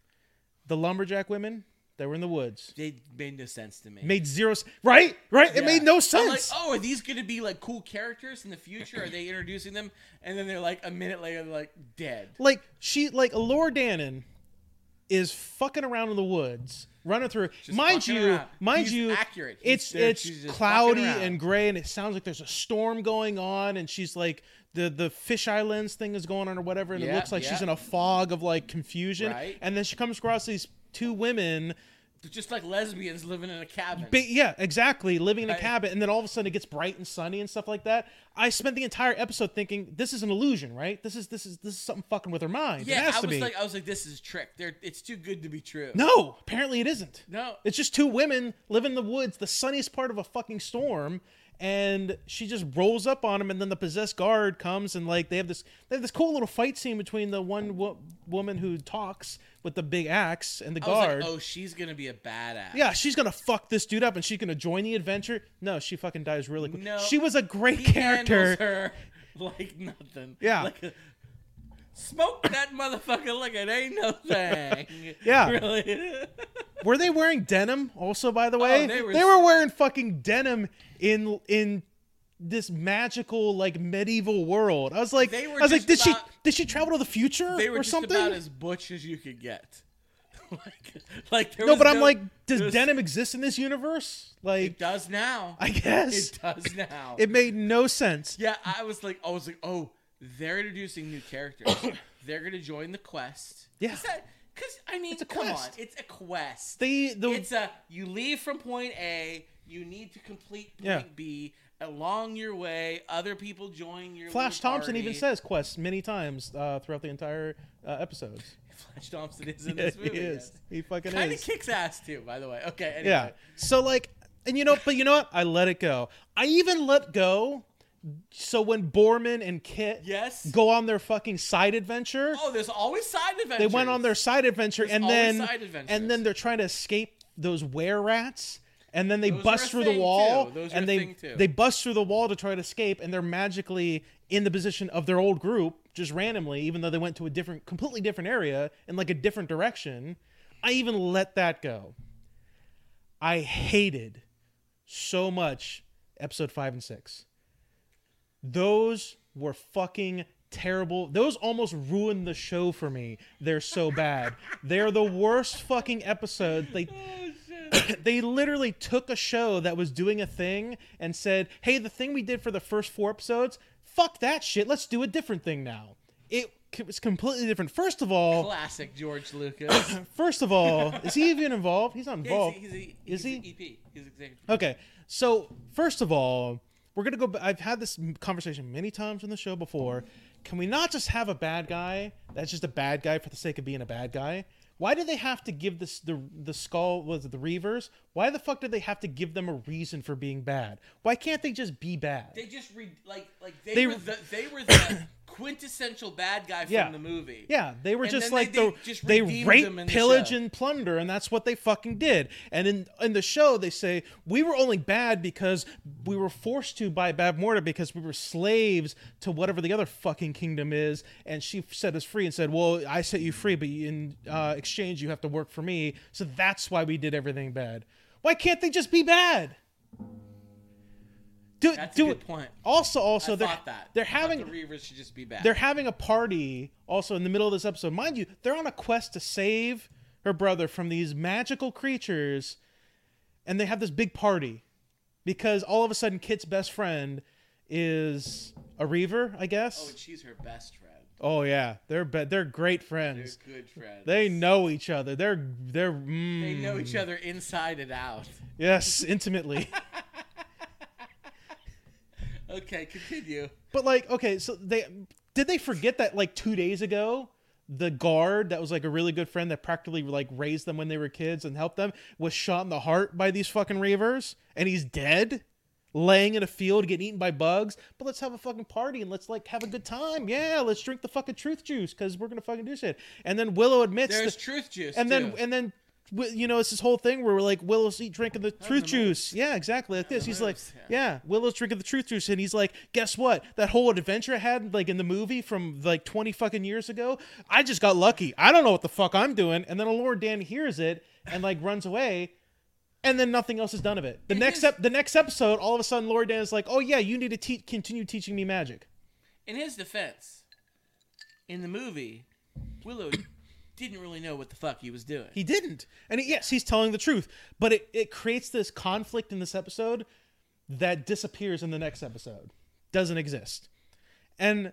the lumberjack women that were in the woods
they made no sense to me.
made zero s- right right it
Yeah.
made no
I'm like,
sense
oh, are these going to be like cool characters in the future? Are they introducing them? And then they're like a minute later, they're like dead.
like she like Laura Dannon is fucking around in the woods running through mind
fucking
you
around.
mind
He's
you
accurate. He's
it's
there, she's
it's
just
cloudy
fucking around.
and gray and it sounds like there's a storm going on and she's like the the fisheye lens thing is going on or whatever and it
Yeah,
looks like she's
yeah.
in a fog of like confusion
Right.
and then she comes across these two women
They're just like lesbians living in a cabin.
But yeah, exactly. Living in a
Right.
cabin, and then all of a sudden it gets bright and sunny and stuff like that. I spent the entire episode thinking this is an illusion, right? This is this is this is something fucking with her mind. it
yeah,
has
I
to
was
be.
like, oh. I was like, this is a trick. They're, it's too good to be true.
no, apparently it isn't.
No.
it's just two women live in the woods, the sunniest part of a fucking storm, and she just rolls up on him, and then the possessed guard comes and like they have this they have this cool little fight scene between the one wo- woman who talks with the big axe and the
I was
guard.
like, oh, she's gonna be a badass.
Yeah, she's gonna fuck this dude up, and she's gonna join the adventure. No, she fucking dies really quick.
No.
she was a great
he handles
character.
her like nothing.
Yeah.
like a, smoke that motherfucker like it ain't no thing.
Yeah.
really.
Were they wearing denim? Also, by the way,
Oh, they were-
wearing fucking denim in in this magical like medieval world. I was like,
They were
I was like,
just
did she
about-
did she travel to the future
they were
or
just
something?
about as butch as you could get. like, like there
no,
was
but I'm like, does
there was-
denim exist in this universe?
It
Like,
does now.
I guess
it does now.
it made no sense.
yeah, I was like, I was like, oh, they're introducing new characters. they're gonna join the quest.
Yeah.
because I mean,
It's a
come
quest.
on, it's a quest.
They the
it's a you leave from point A, you need to complete point
Yeah.
B. Along your way, other people join your.
Flash
little
Thompson even
party.
says quest many times uh, throughout the entire uh, episodes.
Flash Thompson is in this
Yeah,
movie.
He is. He fucking
Kind of
is.
kicks ass too, by the way. Okay. Anyway.
Yeah. So like, and you know, but you know what? I let it go. I even let go. So when Borman and Kit
Yes.
go on their fucking side adventure,
Oh, there's always side
they
adventures.
went on their side adventure, and
always
then
side adventures.
and then they're trying to escape those were rats. And then they
Those are
bust
a
through the
thing,
wall,
too. Those are
and
a
they
thing, too.
they bust through the wall to try to escape, and they're magically in the position of their old group just randomly, even though they went to a different, completely different area in like a different direction. I even let that go. I hated so much episode five and six. Those were fucking terrible. Those almost ruined the show for me. They're so bad. They're the worst fucking episodes. They
Oh,
they literally took a show that was doing a thing and said, "Hey, the thing we did for the first four episodes, fuck that shit. Let's do a different thing now." It c- was completely different. First of all,
Classic George Lucas.
first of all, is he even involved? He's not
Yeah,
involved.
he's, a- he's,
Oh. Is
a-
he?
he's a EP. He's executive.
Okay, so first of all, we're gonna go. ba- I've had this m- conversation many times on the show before. Can we not just have a bad guy that's just a bad guy for the sake of being a bad guy? Why do they have to give this the the skull was it the Reavers? Why the fuck do they have to give them a reason for being bad? Why can't they just be bad?
They just re- like like they,
They-
were the, they were the quintessential bad guy from
Yeah.
the movie.
Yeah, they were
And
just
then
like
they-
the,
they just
they
redeemed
rape,
them in the
pillage,
show.
and plunder, and that's what they fucking did. And in in the show, they say we were only bad because we were forced to by Bab Morda because we were slaves to whatever the other fucking kingdom is. And she set us free and said, "Well, I set you free, but in uh, exchange, you have to work for me." So that's why we did everything bad. Why can't they just be bad? Do,
That's
do
a good
it.
point.
Also, also,
I
they're,
thought that
they're
I thought
having
the Reavers should just be bad.
they're having a party also in the middle of this episode. Mind you, they're on a quest to save her brother from these magical creatures, and they have this big party because all of a sudden Kit's best friend is a Reaver, I
oh, and
guess.
she's her best friend.
Oh, yeah, they're be- they're great friends.
They're good friends.
They know each other. They're they're mm,
They know each other inside and out.
yes intimately.
Okay, continue.
But like, okay, so they did they forget that like two days ago, the guard that was like a really good friend that practically like raised them when they were kids and helped them was shot in the heart by these fucking ravers, and he's dead, laying in a field getting eaten by bugs. But let's have a fucking party and let's like have a good time. Yeah, let's drink the fucking truth juice because we're gonna fucking do shit. And then Willow admits,
There's
that-
truth juice.
and then
too.
and then. wi- You know, it's this whole thing where we're like, Willow's eat- drinking the truth
the
juice. Yeah, exactly. Like this.
the
He's like,
moves, yeah.
yeah, Willow's drinking the truth juice, and he's like, guess what? That whole adventure I had, like in the movie from like twenty fucking years ago, I just got lucky. I don't know what the fuck I'm doing. And then Lord Dan hears it and like runs away, and then nothing else is done of it. The
It
next
is-
ep- the next episode, all of a sudden, Lord Dan is like, oh yeah, you need to te- continue teaching me magic.
In his defense, in the movie, Willow didn't really know what the fuck he was doing.
He didn't. And he- yes, he's telling the truth, but it, it creates this conflict in this episode that disappears in the next episode. Doesn't exist. And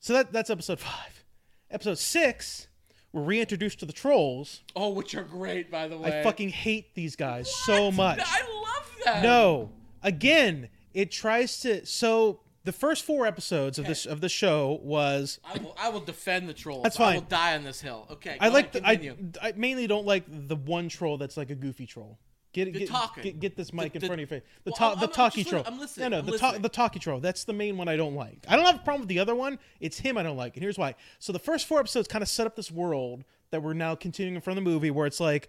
so that that's episode 5. Episode 6, We're reintroduced to the trolls.
Oh, which are great, by the way.
I fucking hate these guys so
What?
much.
I love that.
No, again, it tries to. So the first four episodes of this of the show was
I will, I will defend the trolls.
That's
I will
fine.
die on this hill. Okay.
I
go
like
on,
the, I,
continue.
I mainly don't like the one troll that's like a goofy troll. Get get,
talking.
get, get this mic
The-
in
the-
front of your face. The
Well,
ta-
I'm-
the
I'm- I'm
talkie
just
troll.
li- I'm listening,
No, no,
I'm
the, ta-
listening.
the talkie troll. That's the main one I don't like. I don't have a problem with the other one. It's him I don't like. And here's why. So the first four episodes kind of set up this world that we're now continuing from the movie, where it's like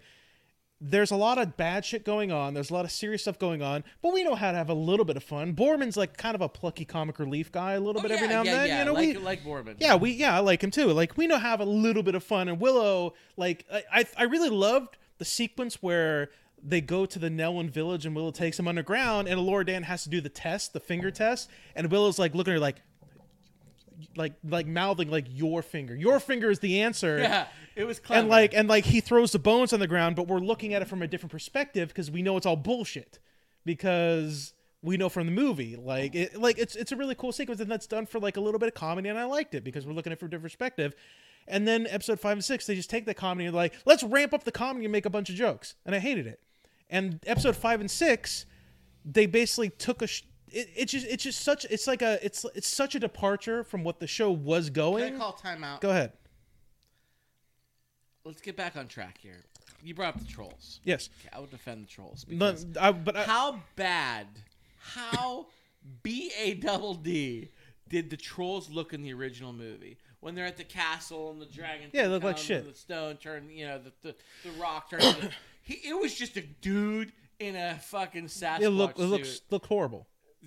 there's a lot of bad shit going on. There's a lot of serious stuff going on, but we know how to have a little bit of fun. Borman's like kind of a plucky comic relief guy a little
Oh,
bit
yeah,
every now and
yeah,
then.
Yeah.
You know,
like,
we
like Mormon.
yeah, we yeah, I like him too. Like we know have a little bit of fun and Willow, like I I, I really loved the sequence where they go to the Nelwyn village and Willow takes him underground and Laura Dan has to do the test, the finger test, and Willow's like looking at her like like like mouthing like your finger. Your finger is the answer.
Yeah. It was clever.
And like and like he throws the bones on the ground, but we're looking at it from a different perspective because we know it's all bullshit. Because we know from the movie, like it, like it's it's a really cool sequence, and that's done for like a little bit of comedy, and I liked it because we're looking at it from a different perspective. And then episode five and six, they just take the comedy and like let's ramp up the comedy and make a bunch of jokes, and I hated it. And episode five and six, they basically took a. Sh- it, it's just it's just such it's like a it's it's such a departure from what the show was
Can I
going.
call timeout?
Go ahead.
Let's get back on track here. You brought up the trolls.
Yes.
Okay, I will defend the trolls.
No,
Because
I, but I,
how bad, how B A double D did the trolls look in the original movie? When they're at the castle and the dragon,
Yeah, they
thing
look like
comes
shit.
and The stone turned, you know, the the, the rock turned. into- he, it was just a dude in a fucking Sasquatch
it look it
suit.
looks look horrible.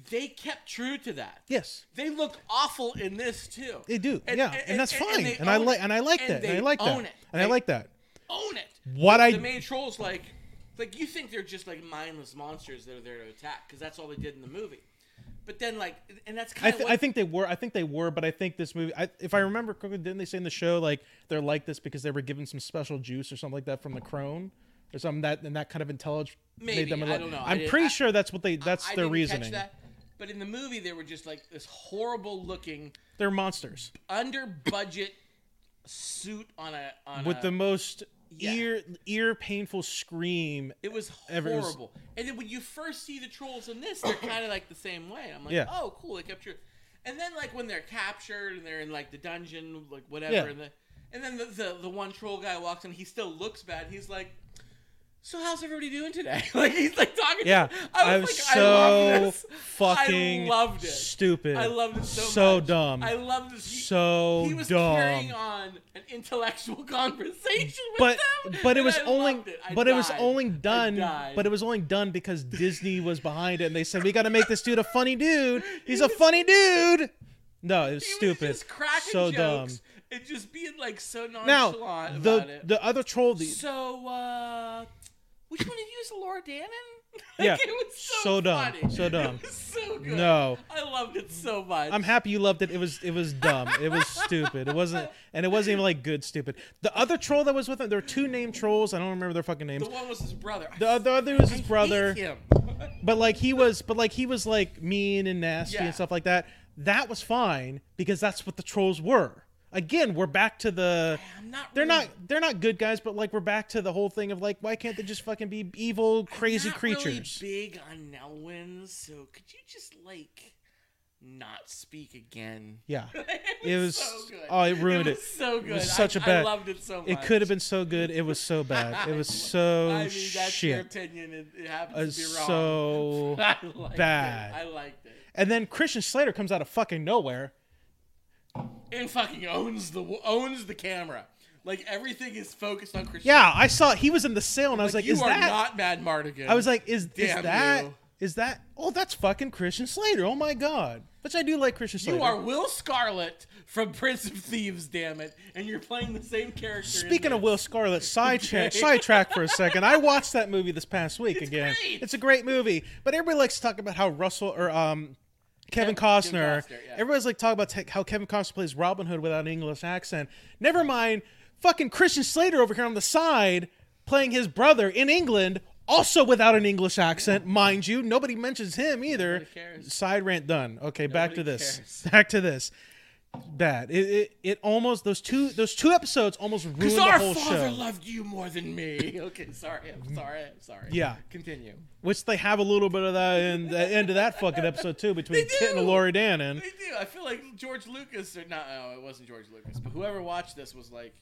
They kept true to that.
Yes,
They look awful in this too.
they do. yeah, and, that's fine. And,
they
I
own
like
it.
and I like that. And
they
I like that.
own
And
It.
I
They
like that.
own it.
What
the,
I-
the main trolls like, like you think they're just like mindless monsters that are there to attack because that's all they did in the movie. But then like, and that's
I,
kind of
th- I think they were. I think they were, but I think this movie. I, if I remember correctly, didn't they say in the show like they're like this because they were given some special juice or something like that from the crone or something that and that kind of intelligence
Maybe,
made them.
I
like-
don't know. I
I'm
didn't-
pretty
I-
sure that's what they. That's
I
their
didn't catch
reasoning.
that. But in the movie, they were just like this horrible looking
They're monsters
under budget suit on a on
with
a,
the most
Uh, yeah.
ear ear painful scream.
It was
Ever- it was-
horrible. And then when you first see the trolls in this, they're kind of like the same way. I'm like,
Yeah.
oh, cool, they captured. And then like when they're captured and they're in like the dungeon, like whatever,
Yeah.
and, the, and then the, the the one troll guy walks in, he still looks bad. He's like, so how's everybody doing today? like he's like talking. to-
Yeah,
I
I
was
was,
like, I love
so
this.
fucking
I loved it.
stupid.
I loved it so, much.
dumb.
I loved this. He-
so
he was
dumb.
carrying on an intellectual conversation with
but
them,
but it
and
was
I
only
loved it. I
but it was
died.
only
I
done
died.
but it was only done because Disney was behind it and they said we got to make this dude a funny dude. He's a funny dude. No, it was
He was
stupid.
just cracking
so
jokes
dumb.
and just being like so nonchalant
Now
about
the
it.
the other troll the,
so, uh, which one of you is Laura Dannon? Like,
Yeah.
it was so,
So dumb.
funny.
So dumb.
It was so good.
No.
I loved it so much.
I'm happy you loved it. It was it was dumb. It was stupid. It wasn't and it wasn't even like good stupid. The other troll that was with him, there were two named trolls. I don't remember their fucking names.
the one was his brother. I
The other, the other was his brother.
hate him.
but like he was but like he was like mean and nasty
Yeah.
and stuff like that that was fine because that's what the trolls were again we're back to the
I'm not.
they're
really-
not they're not good guys but like we're back to the whole thing of like why can't they just fucking be evil crazy
not really
creatures
big on Nelwyn, so could you just like not speak again?
yeah
It
It was-
so good.
oh, it ruined
was
it.
so good.
was such
I,
a bad-
I loved it so much.
it could have been so good it was so bad it was so
I mean, that's your
shit
opinion. It, it happens
It was
to be wrong.
so
I liked it.
bad.
I liked it.
and then christian slater comes out of fucking nowhere
And fucking owns the owns the camera. Like everything is focused on Christian.
yeah i saw he was in the sale and i was like
you
is
are
that
not Mad Mardigan.
I was like, is
Damn
is that
you.
is that? Oh, that's fucking Christian Slater. Oh my god, which I do like Christian Slater.
you are Will Scarlet from Prince of Thieves, damn it, and you're playing the same character.
Speaking of
Will,
Will Scarlet, side cha- sidetrack for a second. I watched that movie this past week again.
great.
It's a great movie, but everybody likes to talk about how Russell or um. Kevin
Kevin
Costner.
Costner, yeah.
Everybody's like talking about te- how Kevin Costner plays Robin Hood without an English accent. Never mind, fucking Christian Slater over here on the side playing his brother in England, also without an English accent, mind you. Nobody mentions him either.
Nobody cares.
Side rant done. Okay, back to
Nobody
this.
cares.
Back to this. bad. It, it it almost those two those two episodes almost ruined
Because
the
our
whole
father
show.
loved you more than me. Okay, sorry. I'm sorry. I'm sorry.
Yeah.
Continue.
Which they have a little bit of that in the end of that fucking episode too between
They
Kit
do.
and Lori Dannon.
They do. I feel like George Lucas, or not, no, it wasn't George Lucas, but whoever watched this was like,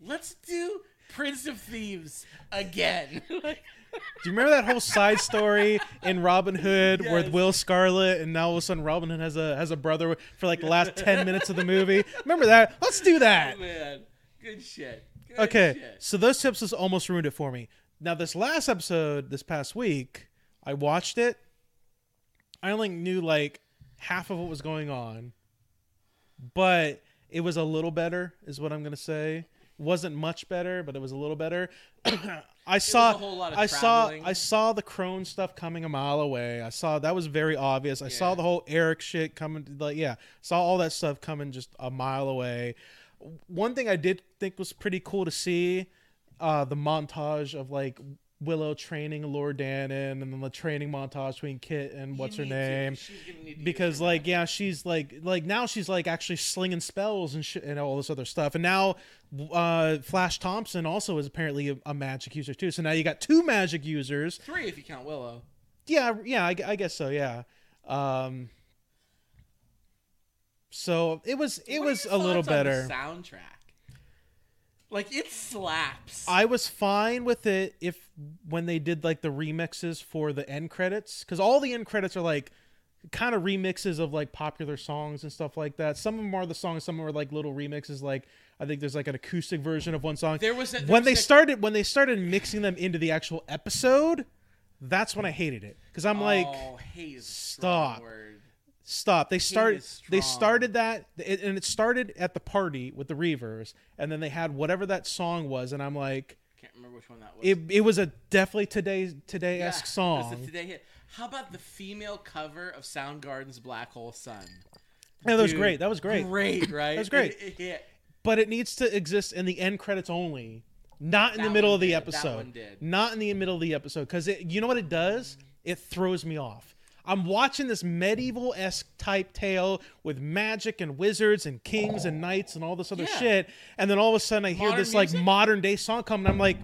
let's do Prince of Thieves again. like,
Do you remember that whole side story in Robin Hood
Yes.
with Will Scarlet and now all of a sudden Robin Hood has a has a brother for like the last ten minutes of the movie? Remember that? Let's do that.
oh, man. Good shit. Good
Okay,
shit.
so those tips has almost ruined it for me. Now this last episode this past week, I watched it. I only knew like half of what was going on, but it was a little better, is what I'm gonna say. Wasn't much better, but it was a little better. I saw
a whole lot of
I saw
traveling.
I saw the crone stuff coming a mile away. I saw that was very obvious. I saw
Yeah.
the whole Eric shit coming like yeah, saw all that stuff coming just a mile away one thing I did think was pretty cool to see uh, the montage of like Willow training Laura Dannon and then the training montage between Kit and
You
what's her
need to-
name.
she's gonna need to
Because
use
like yeah, she's like like now she's like actually slinging spells and shit and all this other stuff. And now uh, Flash Thompson also is apparently a, a magic user too. So now you got two magic users
her- three if you count Willow.
yeah yeah I, gu- I guess so yeah um so it was it
What are
was
your
a little
thoughts on the
better
soundtrack. Like it slaps.
i was fine with it if when they did like the remixes for the end credits because all the end credits are like kind of remixes of like popular songs and stuff like that some of them are the songs some of them are like little remixes like i think there's like an acoustic version of one song
There was a- there
when
was
they
that-
started when they started mixing them into the actual episode that's when i hated it because i'm like
oh, hate is a strong
stop.
word.
stop they started
is
they
strong.
started that it, and it started at the party with the reavers and then they had whatever that song was and i'm like
Can't remember which one that was.
it, it was a definitely today
Yeah,
today-esque
it was a
song
today hit. How about the female cover of Soundgarden's Black Hole Sun?
yeah that was
Dude,
great that was great
Great, right? That
was great.
It, it hit.
but it needs to exist in the end credits only not in
That
the middle
one
of the
did, that
episode
one did.
not in the middle of the episode because it you know what it does it throws me off i'm watching this medieval-esque type tale with magic and wizards and kings and knights and all this other
Yeah.
shit and then all of a sudden i hear
Modern
this like
music?
modern day song come and i'm like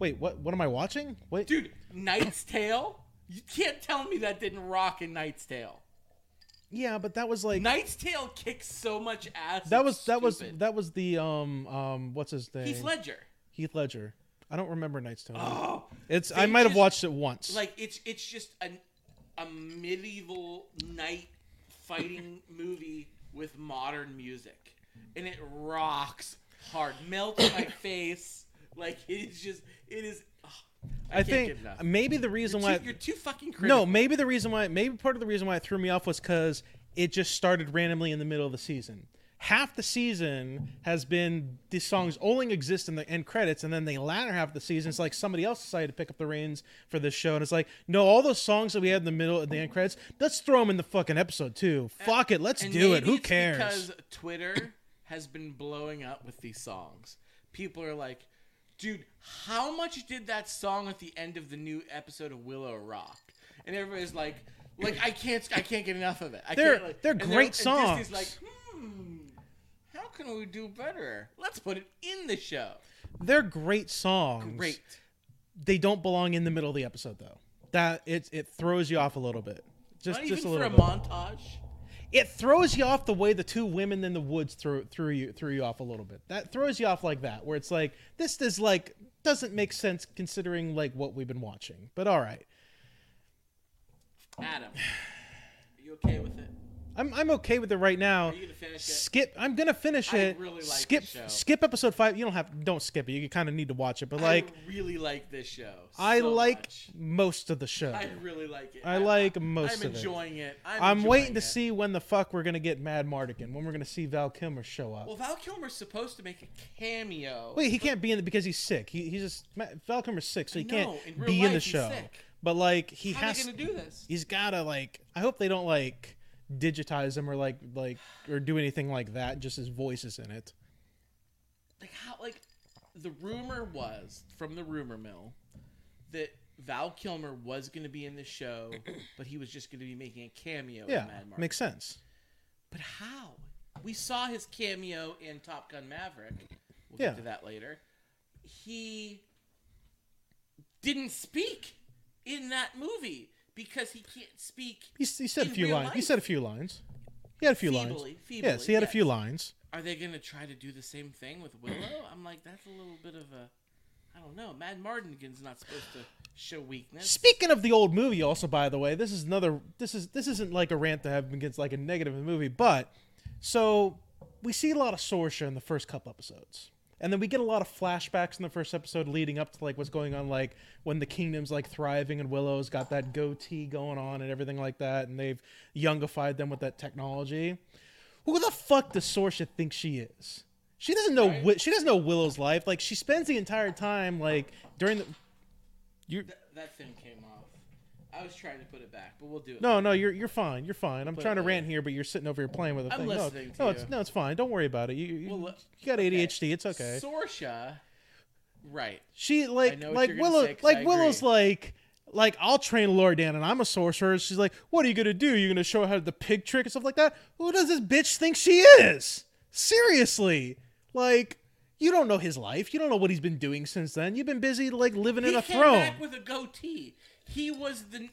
wait what what am i watching wait
Dude, Knight's Tale? You can't tell me that didn't rock in Knight's Tale.
yeah but that was like
Knight's Tale kicks so much ass.
that
it's
was that was
stupid.
that was the um um what's his name
Heath Ledger.
Heath Ledger. i don't remember knight's tale
Oh,
it's
they
i might have
just-
watched it once
like it's it's just an, a medieval knight fighting movie with modern music and it rocks hard melts my face like it is just it is ugh, I,
I
can't
think
get enough.
maybe the reason why
Too- you're too fucking critical.
no, maybe the reason why maybe part of the reason why it threw me off was because it just started randomly in the middle of the season. Half the season has been these songs only exist in the end credits, and then the latter half of the season it's like somebody else decided to pick up the reins for this show, and it's like, no, all those songs that we had in the middle of the end credits, let's throw them in the fucking episode too. Fuck it, let's
And
do it.
maybe
Who
it's
cares?
Because Twitter has been blowing up with these songs. People are like, dude, how much did that song at the end of the new episode of Willow rock? And everybody's like, like I can't, I can't get enough of it. I
They're-
can't, like,
they're
and
great
and
songs.
Disney's like, hmm, how can we do better? Let's put it in the show.
They're great songs.
Great.
They don't belong in the middle of the episode though. That it it throws you off a little bit. Just
Not
just
even
a
for
little
a
bit.
montage.
it throws you off the way the two women in the woods threw threw you threw you off a little bit. That throws you off like that, where it's like this is like doesn't make sense considering like what we've been watching. But all right,
Adam, are you okay with it?
I'm I'm okay with it right now.
Are you gonna finish it?
Skip. I'm gonna finish
I
it.
really like this
skip.
show.
Skip episode five. You don't have. Don't skip it. You kind of need to watch it. But like,
I really like this show.
I,
so
like
much.
most of the show.
I really like it.
I like most
I'm
of it.
enjoying it. I'm,
I'm
enjoying
waiting to
it.
see when the fuck we're gonna get Mad Mardigan. When we're gonna see Val Kilmer show up.
Well, Val Kilmer's supposed to make a cameo.
Wait, he can't be in the because he's sick. He, he's just Ma- Falcomer's sick, so he
I know,
can't
in real
be
life,
in the
he's
show.
sick.
But like he
How are
has,
they gonna do this?
he's gotta like. I hope they don't like digitize him or like like or do anything like that. Just his voice is in it.
Like how? Like the rumor was from the rumor mill that Val Kilmer was gonna be in the show, but he was just gonna be making a cameo.
Yeah,
in Mad Mark.
makes sense.
But how? we saw his cameo in Top Gun Maverick. We'll
Yeah.
get to that later. He didn't speak in that movie because he can't speak.
He, he said
In
a few
real
lines. He
life.
said a few lines. He had a few
Feebly,
lines.
feebly,
yes, he had a
yes.
few lines.
Are they going to try to do the same thing with Willow? I'm like, that's a little bit of a. I don't know. Mad Mardigan's not supposed to show weakness.
Speaking of the old movie, also by the way, this is another. This is this isn't like a rant to have against like a negative in the movie, but so we see a lot of Sorsha in the first couple episodes, and then we get a lot of flashbacks in the first episode leading up to like what's going on, like when the kingdom's like thriving and Willow's got that goatee going on and everything like that, and they've youngified them with that technology. Who the fuck does Sorsha think she is? She doesn't know. Wi- She doesn't know Willow's life. Like she spends the entire time like during the. You
That thing came off. I was trying to put it back, but we'll do it.
No, no, you're you're fine. You're fine. I'm
Play it
trying to
later.
rant here, but you're sitting over here playing with a
uh, I'm
thing.
listening
no,
to
no, it's
you.
no, it's fine. Don't worry about it. You you,
Well, look-
you got
okay.
ADHD. It's okay.
Sorsha, right?
she like
know what
like
you're gonna
Willow
say 'cause I
like
agree.
Willow's like like I'll train Lord Dan and I'm a sorcerer. She's like, what are you gonna do? You're gonna show her how to the pig trick and stuff like that. Who does this bitch think she is? Seriously, like you don't know his life. You don't know what he's been doing since then. You've been busy like living in
he
a
came
throne.
back with a goatee. He was the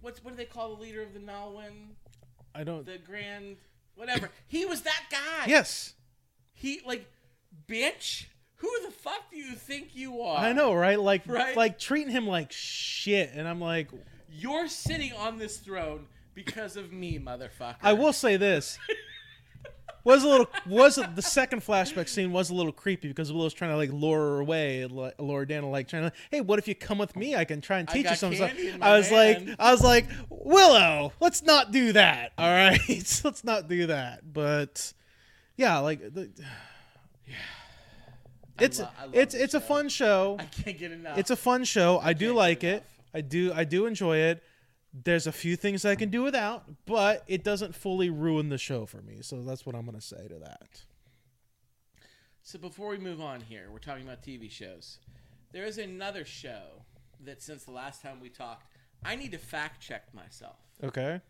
what's what do they call the leader of the Nalwyn?
I don't.
The Grand whatever. He was that guy.
Yes,
He like bitch. Who the fuck do you think you are?
I know, right? Like
Right?
like treating him like shit, and I'm like.
You're sitting on this throne because of me, motherfucker.
I will say this was a little was the second flashback scene was a little creepy because Willow's trying to like lure her away, and, like, lure Dana like trying to hey, what if you come with me? I can try and
I
teach you
got
some
candy in
stuff.
my
I was
van.
like, I was like, Willow, let's not do that. All right, let's not do that. But yeah, like the, it's
lo- I love
it's
this
it's a
show.
fun show.
I can't get enough.
It's a fun show. I do
can't
like
get
it.
enough.
I do I do enjoy it. There's a few things I can do without, but it doesn't fully ruin the show for me. So that's what I'm gonna say to that.
So before we move on here, we're talking about TV shows. There is another show that since the last time we talked, I need to fact check myself
Okay.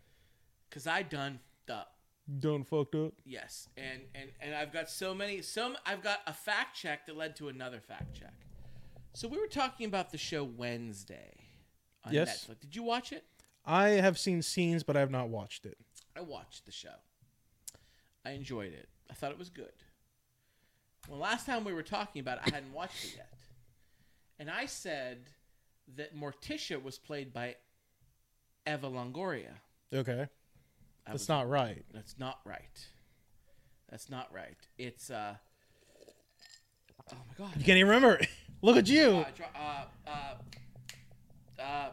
because I done f***ed up.
Don't fucked up.
Yes, and and and I've got so many. Some I've got a fact check that led to another fact check. So we were talking about the show Wednesday on
Yes.
Netflix. Did you watch it?
I have seen scenes, but I have not watched it.
I watched the show. I enjoyed it. I thought it was good. When last time we were talking about it, I hadn't watched it yet. And I said that Morticia was played by Eva Longoria.
Okay.
I
That's
was-
not right.
That's not right. That's not right. It's uh Oh my god.
You can't even remember. it. Look at you.
Uh, dra- uh, uh, uh,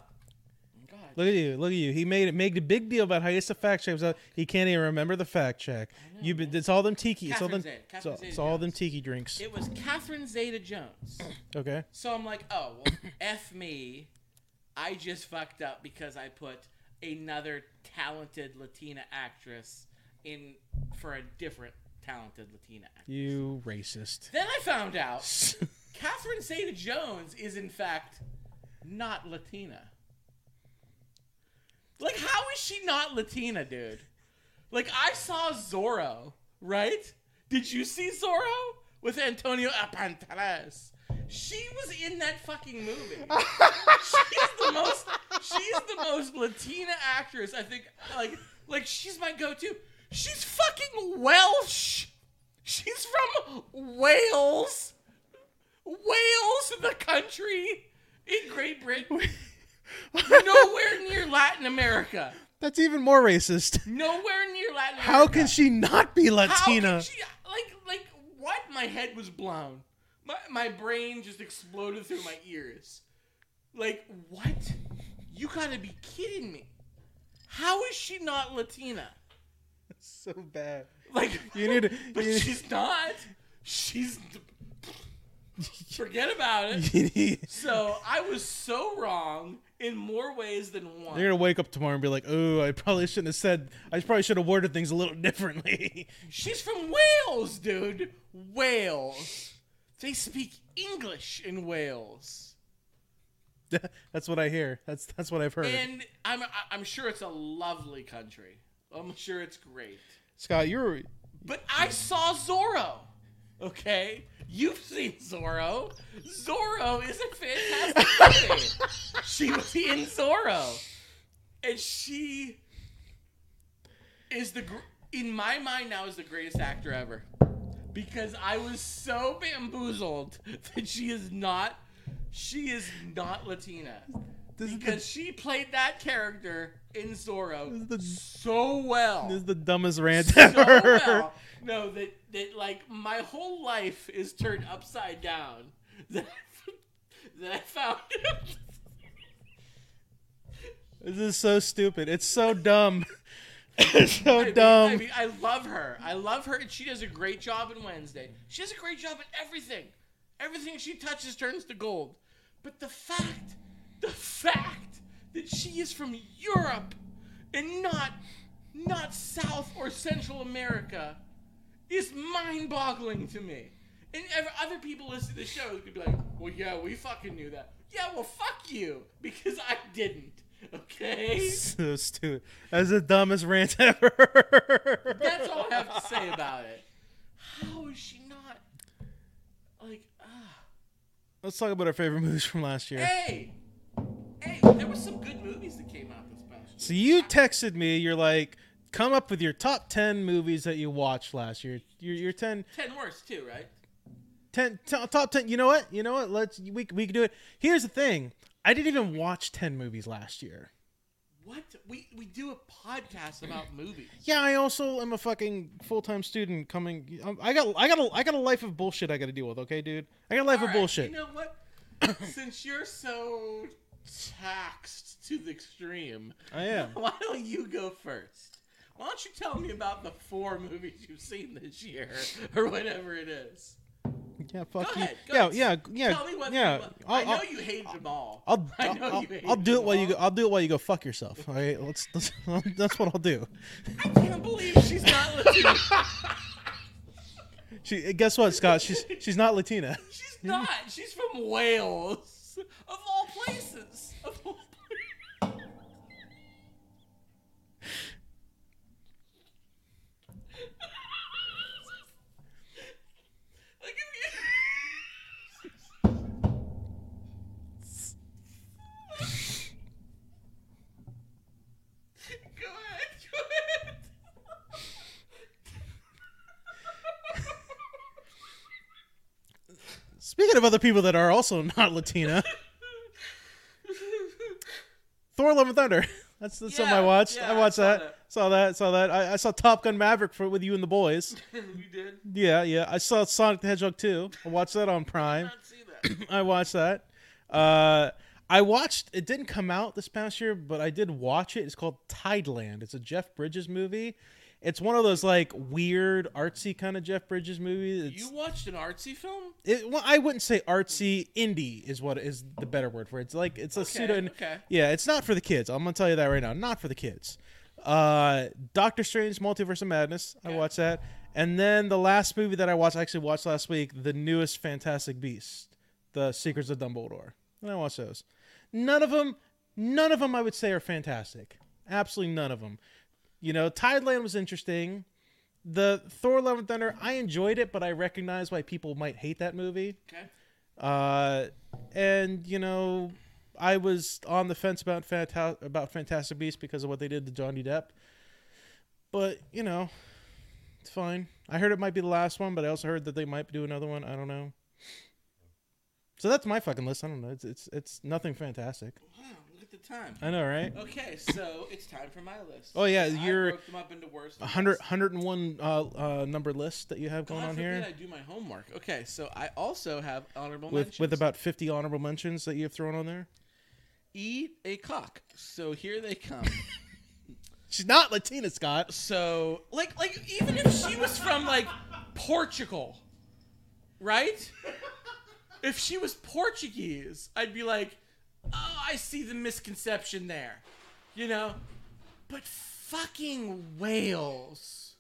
God.
Look at you. Look at you. He made it made a big deal about how it's a fact check. It was like, He can't even remember the fact check. You've been it's all them tiki. It's all them,
Catherine Zeta-
it's all,
Catherine
it's all them
Zeta-Jones.
tiki drinks.
It was Catherine Zeta Jones.
Okay.
So I'm like, oh, well, F me. I just fucked up because I put another talented Latina actress in for a different talented Latina actress.
You racist.
Then I found out Catherine Zeta Jones is, in fact, not Latina. Like, how is she not Latina, dude? Like, I saw Zorro, right? Did you see Zorro with Antonio Apantares? She was in that fucking movie. she's the most. She's the most Latina actress. I think. Like, like she's my go-to. She's fucking Welsh. She's from Wales. Wales, the country in Great Britain. Nowhere near Latin America.
That's even more racist.
Nowhere near Latin America.
How can she not be
How can
Latina?
she- like, like what? My head was blown. My, my brain just exploded through my ears. Like, what? You gotta be kidding me. How is she not Latina?
so bad.
Like
You need to-
but
you-
she's not. She's forget about it.
You're
So I was so wrong in more ways than one.
gonna wake up tomorrow and be like, "Oh, I probably shouldn't have said. I probably should have worded things a little differently."
She's from Wales, dude. Wales. They speak English in Wales,
that's what I hear. That's that's what I've heard.
and I'm I- I'm sure it's a lovely country. I'm sure it's great.
Scott, you were
But I saw Zorro. Okay, you've seen Zorro. Zorro is a fantastic movie. she was in Zorro, and she is the gr- in my mind now is the greatest actor ever because I was so bamboozled that she is not she is not Latina
This is, the,
because she played that character in Zorro
this is
so well
the, this is the dumbest rant
so
ever.
well. No, that that like my whole life is turned upside down. That I, that I found.
This is so stupid. It's so dumb. it's so
I mean-
dumb.
I mean, I love her. I love her, and she does a great job in Wednesday. She does a great job in everything. Everything she touches turns to gold. But the fact, the fact that she is from Europe and not not South or Central America is mind-boggling to me. And ev- other people listening to the show could be like, "Well, yeah, we fucking knew that." Yeah, well, fuck you, because I didn't. Okay.
so stupid. That's the dumbest rant ever.
That's all I have to say about it. How is she not like? ah
Let's talk about our favorite movies from last year.
hey, hey, there was some good movies that came out this past.
So you texted me. You're like, come up with your top ten movies that you watched last year. Your your 10,
year. Ten worse too, right?
10 to- top ten. You know what? You know what? Let's we we can do it. Here's the thing. I didn't even watch ten movies last year.
What we we do a podcast about movies.
Yeah, I also am a fucking full time student. Coming, um, I got I got a I got a life of bullshit I got to deal with. Okay, dude. I got a life
All
of
right,
bullshit.
You know what? Since you're so taxed to the extreme,
I am.
Why don't you go first? Why don't you tell me about the four movies you've seen this year, or whatever it is?
Yeah, fuck
Go
you.
ahead, go
yeah,
ahead.
yeah, yeah,
Tell me what.
yeah.
what-
I'll,
I know
I'll-
you hate them all.
I'll,
I know
I'll,
you hate
I'll do it
them
while you go.
all.
I'll do it while you go fuck yourself. All right, let's. let's that's what I'll do.
I can't believe she's not Latina.
She guess what, Scott? She's she's not Latina.
she's not. She's from Wales, of all places. Of all places. Like, if you- Go ahead, go
Speaking of other people that are also not Latina,
ahead.
Thor: Love and Thunder. That's that's something I
Yeah,
watched.
yeah,
I
I
watched
saw
that.
that.
Saw that. Saw that. I, I saw Top Gun Maverick for with you and the boys.
we did
Yeah, yeah. I saw Sonic the Hedgehog 2. I watched that on Prime.
not see that.
I watched that. Uh, I watched. It didn't come out this past year, but I did watch it. It's called Tideland. It's a Jeff Bridges movie. It's one of those like weird artsy kind of Jeff Bridges movies. It's,
You watched an artsy film?
it, well, I wouldn't say artsy. Indie is what is the better word for it. It's like it's a
Okay,
pseudo.
okay.
Yeah, it's not for the kids. I'm gonna tell you that right now. Not for the kids. Uh, Doctor Strange: Multiverse of Madness. I watched that, and then the last movie that I watched, I actually watched last week, the newest Fantastic Beast, The Secrets of Dumbledore. And I watched those. None of them, none of them, I would say, are fantastic. Absolutely none of them. You know, Tideland was interesting. The Thor: Love and Thunder, I enjoyed it, but I recognize why people might hate that movie.
Okay.
Uh, and you know, I was on the fence about Fanta- about Fantastic Beasts because of what they did to Johnny Depp. But you know, it's fine. I heard it might be the last one, but I also heard that they might do another one. I don't know. So that's my fucking list. I don't know. It's it's it's nothing fantastic.
Wow, look at the time.
I know, right?
Okay, so it's time for my list.
Oh, yeah,
I
you're-
broke them up into worst.
100, 101 uh, uh, number list that you have going
God
on
forbid
here
I do my homework. Okay, so I also have honorable
with
mentions.
with about 50 honorable mentions that you've thrown on there.
eat a cock. So here they come.
She's not Latina, Scott.
so like like even if she was from like Portugal, right? If she was Portuguese, I'd be like, oh, I see the misconception there, you know. But fucking Wales,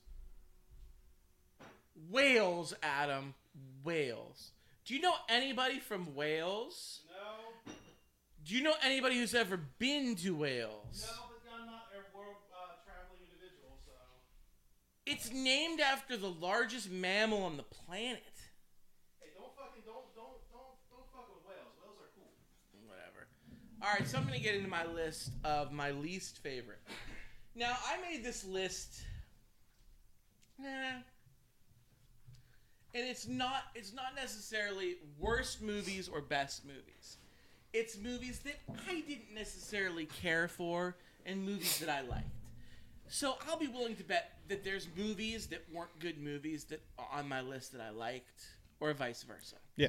Wales, Adam, Wales. Do you know anybody from Wales? No. Do you know anybody who's ever been to Wales?
but I'm not a world uh, traveling individual, so.
It's named after the largest mammal on the planet.
Hey, don't fucking don't don't don't don't fuck with whales. Whales are cool.
Whatever. All right, so I'm gonna get into my list of my least favorite. Now I made this list. Nah. And it's not it's not necessarily worst movies or best movies. It's movies that I didn't necessarily care for and movies that I liked. So I'll be willing to bet that there's movies that weren't good movies that are on my list that I liked, or vice versa.
Yeah.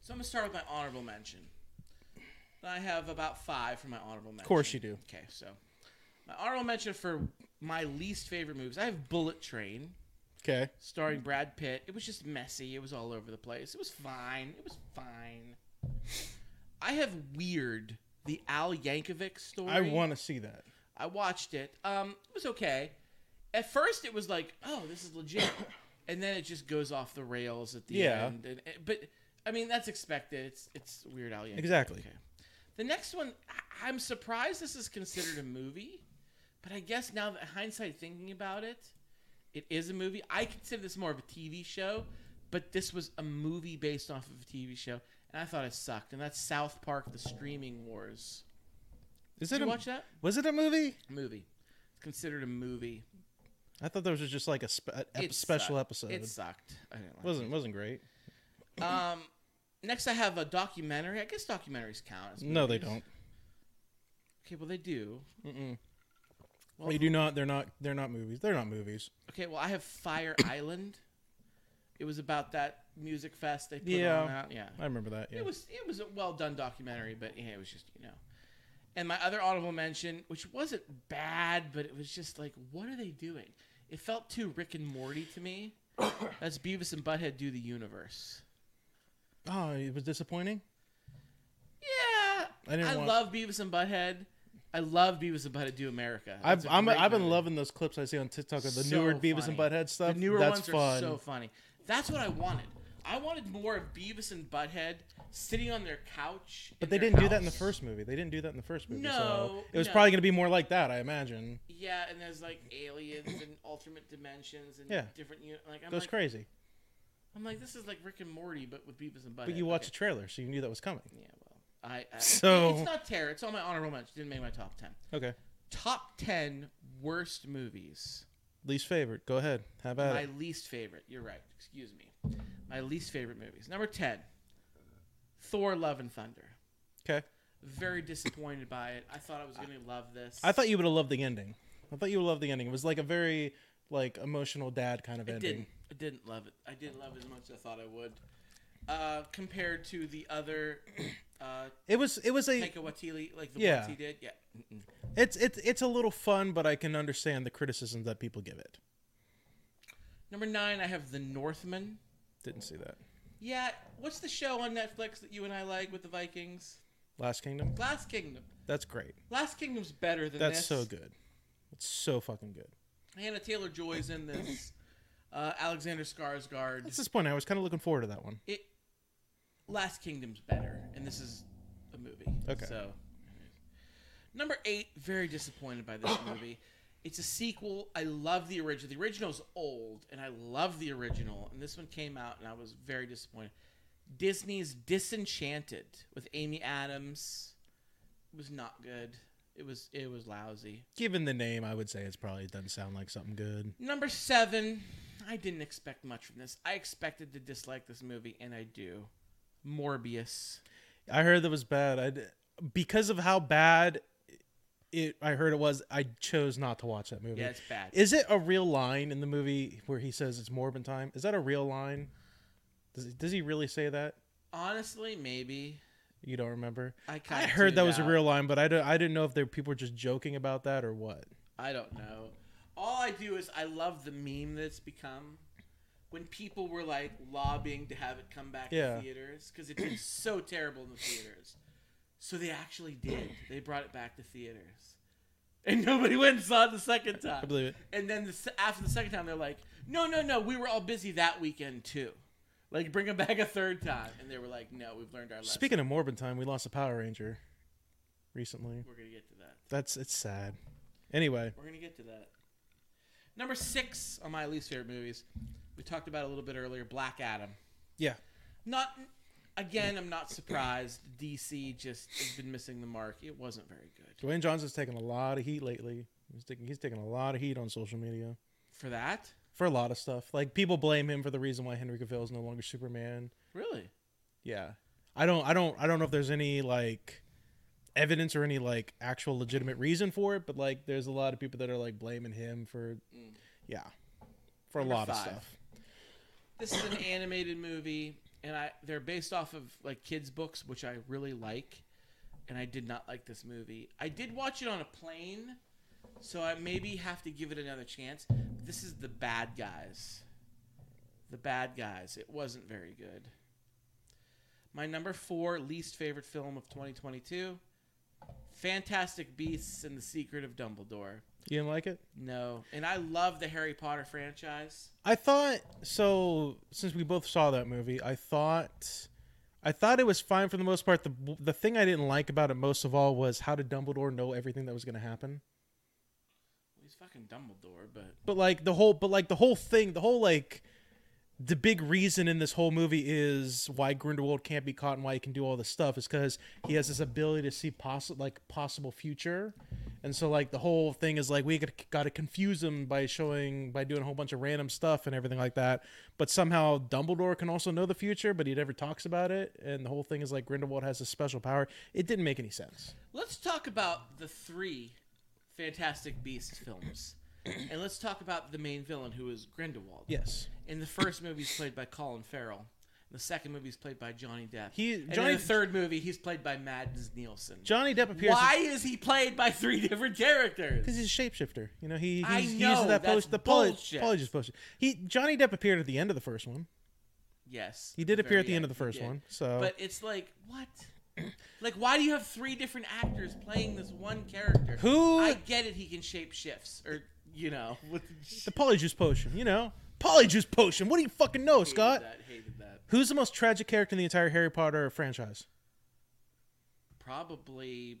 So I'm gonna start with my honorable mention. I have about five for my honorable mention. Of
course you do.
Okay, so my honorable mention for my least favorite movies. I have Bullet Train,
Okay.
starring Brad Pitt. It was just messy. It was all over the place. It was fine. It was fine. I have Weird, the Al Yankovic story.
I want to see that.
I watched it. Um, it was okay. At first, it was like, oh, this is legit, and then it just goes off the rails at the
Yeah.
end. And, and- but I mean, that's expected. It's it's Weird Al Yankovic.
Exactly.
Okay. The next one, I- I'm surprised this is considered a movie, but I guess now that hindsight thinking about it, it is a movie. I consider this more of a TV show, but this was a movie based off of a TV show, and I thought it sucked. And that's South Park: The Streaming Wars.
Is
Did
it
you
a
watch that?
Was it a movie?
movie. It's considered a movie.
I thought that was just like a, spe- a ep-
It
special
sucked.
episode.
It sucked. I didn't like
wasn't wasn't great.
it. Um, next I have a documentary. I guess documentaries count. As
No, they
movies.
don't.
Okay, well they do. Well-
they do not. They're not. They're not movies. They're not movies.
Okay, well I have Fire Island. It was about that music fest they put
Yeah.
on. Out. Yeah.
I remember that. Yeah.
It was it was a well done documentary, but yeah, it was just you know. And my other honorable mention, which wasn't bad, but it was just like, what are they doing? It felt too Rick and Morty to me. That's Beavis and Butthead do the universe.
oh, it was disappointing.
Yeah,
I didn't
I
want-
love Beavis and Butthead. I love Beavis and Butthead Do America. That's
I've
a
I'm,
great
I've been
movie.
loving those clips I see on TikTok of the
So
newer Beavis and
funny.
Butthead stuff.
The newer
That's
ones
fun.
are so funny. That's what I wanted. I wanted more of Beavis and Butthead sitting on their couch.
but
in
they
their
didn't do that in the
house.
first movie. They didn't do that in the first movie. so
No,
it was
no.
probably going to be more like that, I imagine.
Yeah, and there's like aliens and alternate dimensions and
Yeah.
different. uni- Like I'm
That was
like,
crazy.
I'm like this is like Rick and Morty, but with Beavis and Butthead.
But you watched
Okay.
the trailer, so you knew that was coming.
Yeah, well, I, I
So-
it's not terror. It's on my honorable mention. Didn't make my top ten.
Okay.
Top ten worst movies.
Least favorite. Go ahead. Have at
my
it.
least favorite. You're right. Excuse me. My least favorite movies. Number 10, Thor Love and Thunder.
Okay.
Very disappointed by it. I thought I was going to love this.
I thought you would have loved the ending. I thought you would love the ending. It was like a very like emotional dad kind of
I
ending.
didn't. I didn't love it. I didn't love it as much as I thought I would. Uh, compared to the other uh,
It was it was a
Taika Waititi, like the
Yeah.
ones he did. Yeah. Mm-mm.
it's it's it's a little fun, but I can understand the criticism that people give it.
Number 9, I have The Northman.
Didn't see that.
Yeah. What's the show on Netflix that you and I like with the Vikings?
Last Kingdom.
Last Kingdom.
That's great.
Last Kingdom's better than
That's
this.
so good. It's so fucking good.
Hannah Taylor Joy's in this. Uh, Alexander Skarsgård.
At this point, I was kind of looking forward to that one.
It Last Kingdom's better, and this is a movie.
Okay.
So number eight, very disappointed by this movie. It's a sequel. I love the original. The original's old, and I love the original. And this one came out, and I was very disappointed. Disney's Disenchanted with Amy Adams was not good. It was it was lousy.
Given the name, I would say it's probably doesn't sound like something good.
Number seven, I didn't expect much from this. I expected to dislike this movie, and I do. Morbius.
I heard that was bad. I d- because of how bad it I heard it was, I chose not to watch that movie.
Yeah, it's bad.
Is it a real line in the movie where he says it's Morbin time? Is that a real line? Does does he really say that?
Honestly, maybe
You don't remember?
I kind
I
of
heard that was a real line, but I don't, I didn't know if there people were just joking about that or what.
I don't know. All I do is I love the meme that it's become. When people were like lobbying to have it come back
Yeah.
to theaters because it did so terrible in the theaters, so they actually did. They brought it back to theaters, and nobody went and saw it the second time.
I believe it.
And then the, se- after the second time, they're like, no, no, no, we were all busy that weekend too. Like, bring them back a third time. And they were like, no, we've learned our lesson.
Speaking of Morbin time, we lost a Power Ranger recently.
we're going to get to that.
That's it's sad. Anyway,
We're going to get to that. Number six on my least favorite movies. We talked about it a little bit earlier. Black Adam.
Yeah.
Not again. I'm not surprised. DC just has been missing the mark. It wasn't very good
Dwayne Johnson's taking a lot of heat lately. He's taking he's taking a lot of heat on social media
for that.
for a lot of stuff. Like people blame him for the reason why Henry Cavill is no longer Superman.
Really?
Yeah. I don't I don't I don't know if there's any like evidence or any like actual legitimate reason for it, but like there's a lot of people that are like blaming him for yeah. For a
Mm. Number
lot of
five.
stuff.
This is an animated movie, and I they're based off of like kids' books, which I really like. And I did not like this movie. I did watch it on a plane, so I maybe have to give it another chance. This is the bad guys. The bad guys. It wasn't very good. My number four least favorite film of 2022 Fantastic Beasts and the Secret of Dumbledore.
You didn't like it?
No. And I love the Harry Potter franchise.
I thought so. Since we both saw that movie, I thought, I thought it was fine for the most part. The the thing I didn't like about it most of all was how did Dumbledore know everything that was going to happen?
He's fucking Dumbledore, but.
But like the whole, but like the whole thing, the whole like, the big reason in this whole movie is why Grindelwald can't be caught and why he can do all this stuff is because he has this ability to see possible like possible future, and so like the whole thing is like we got to confuse him by showing by doing a whole bunch of random stuff and everything like that. But somehow Dumbledore can also know the future, but he never talks about it, and the whole thing is like Grindelwald has this special power. It didn't make any sense.
Let's talk about the three Fantastic Beast films. and let's talk about the main villain, who is Grindelwald.
Yes,
In the first movie, he's played by Colin Farrell. In the second movie, he's played by Johnny Depp.
He-
and
Johnny-
in the third movie, he's played by Mads Nielsen.
Johnny Depp appears.
Why is he played by three different characters?
Because he's a shapeshifter. You know, he he's,
I
he's
know,
that
that's
post the poli-
bullshit.
apologies post. He Johnny Depp appeared at the end of the first one.
Yes.
He did appear at the
very
end of the
he
first
did.
one, so-
But it's like, what? like, why do you have three different actors playing this one character?
Who-
I get it, he can shape shifts, or, you know. What
The polyjuice potion, you know. Polyjuice potion. What do you fucking know, Scott?
Hated that, hated that.
Who's the most tragic character in the entire Harry Potter franchise?
Probably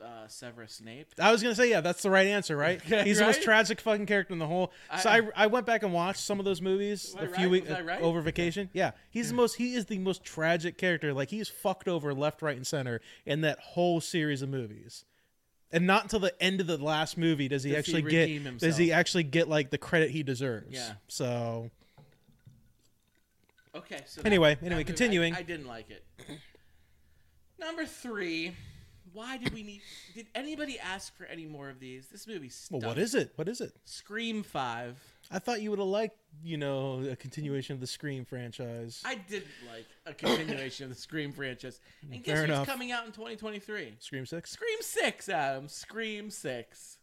uh, Severus Snape.
I was gonna say, yeah, that's the right answer, right?
Okay,
He's the most
right?
tragic fucking character in the whole. so
I-
I, I went back and watched some of those movies
Was I
a few
right?
weeks
Was I right? Hmm.
over vacation. Yeah, he's the most. He is the most tragic character. Like he's fucked over left, right, and center in that whole series of movies. And not until the end of the last movie does he
Does he
actually get
redeem
does he
himself?
actually get like the credit he deserves.
Yeah.
So
Okay. So
Anyway, anyway,
movie- I-
continuing.
I, didn't like it. Number three. Why did we need? Did anybody ask for any more of these? This movie
well,
stunk.
what is it? What is it?
Scream Five?
I thought you would have liked, you know, a continuation of the Scream franchise.
I didn't like a continuation of the Scream franchise. And guess
Mm, Fair
what's
enough.
coming out in 2023?
Scream Six.
Scream Six, Adam. Scream Six.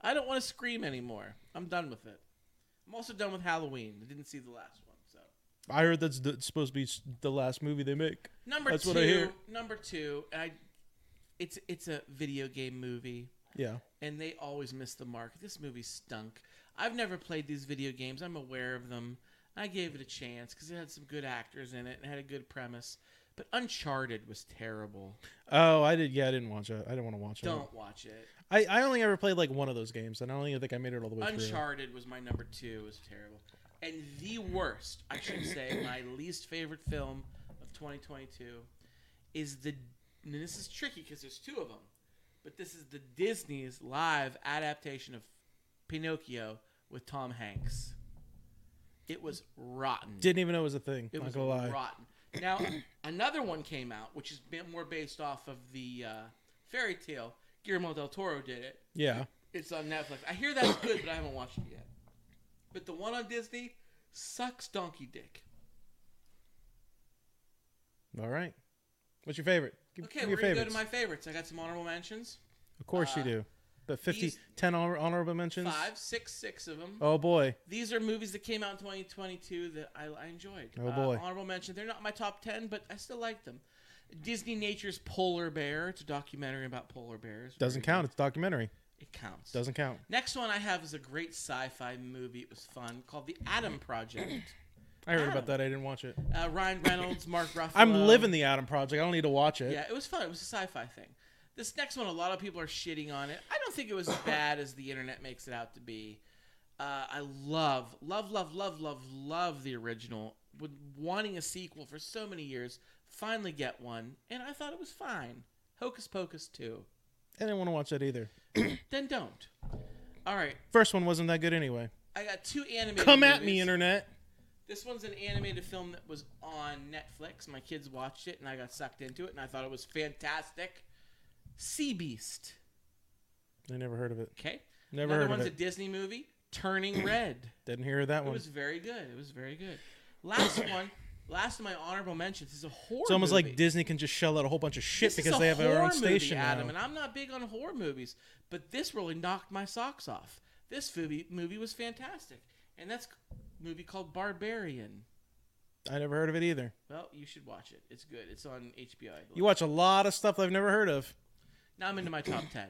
I don't want to scream anymore. I'm done with it. I'm also done with Halloween. I didn't see the last one, so.
I heard that's the, supposed to be s- the last movie they make.
Number
That's
two,
what I hear.
number two, and I, it's it's a video game movie,
Yeah.
and they always miss the mark. This movie stunk. I've never played these video games. I'm aware of them. I gave it a chance because it had some good actors in it and had a good premise. But Uncharted was terrible.
Oh, I did. Yeah, I didn't watch it. I didn't want to watch it.
Don't watch it.
I, I only ever played like one of those games, and I don't even think I made it all the way through.
Uncharted was my number two. It was terrible. And the worst, I should say, my least favorite film of 2022 is the. And this is tricky because there's two of them, but this is the Disney's live adaptation of Pinocchio with Tom Hanks. It was rotten.
Didn't even know it was a thing.
It
not
was
gonna lie.
rotten. Now another one came out, which is bit more based off of the uh, fairy tale. Guillermo del Toro did it.
Yeah.
It's on Netflix. I hear that's good, but I haven't watched it yet. But the one on Disney sucks donkey dick.
All right. What's your favorite? Give,
Okay,
give
we're
your
gonna
favorites.
go to my favorites. I got some honorable mentions.
of course you
uh,
do. But 50,
these-
10 honor- honorable mentions.
Five, six, six of them.
Oh boy.
These are movies that came out in 2022 that I, I enjoyed.
Oh,
Uh,
boy.
honorable mention. They're not my top 10, but I still like them. Disney Nature's Polar Bear. It's a documentary about polar bears.
Doesn't
Very
count.
good.
It's a documentary.
It counts.
Doesn't count.
Next one I have is a great sci-fi movie. It was fun called The Atom Project.
I heard
Adam.
about that. I didn't watch it.
Uh, Ryan Reynolds, Mark Ruffalo.
I'm living the Adam Project. I don't need to watch it.
Yeah, it was fun. It was a sci-fi thing. This next one, a lot of people are shitting on it. I don't think it was as bad as the internet makes it out to be. Uh, I love, love, love, love, love, love the original. With wanting a sequel for so many years, finally get one, and I thought it was fine. Hocus Pocus 2.
I didn't want to watch that either.
Then don't. All right,
First one wasn't that good anyway.
I got two animated.
Come at me,
movies.
internet.
This one's an animated film that was on Netflix. My kids watched it, and I got sucked into it, and I thought it was fantastic. Sea Beast.
I never heard of it.
Okay.
Never
Another
heard of
one's
it.
a Disney movie, Turning Red.
Didn't hear of that
It
one.
was very good. It was very good. Last one, last of my honorable mentions is a horror.
It's almost
movie.
like Disney can just shell out a whole bunch of shit
This is
because
a
they have their
horror
own station
movie, Adam,
now.
and I'm not big on horror movies, but this really knocked my socks off. This movie movie was fantastic, and that's a movie called Barbarian.
I never heard of it either.
Well, you should watch it. It's good. It's on HBO. I believe.
You watch a lot of stuff I've never heard of.
now I'm into my top ten.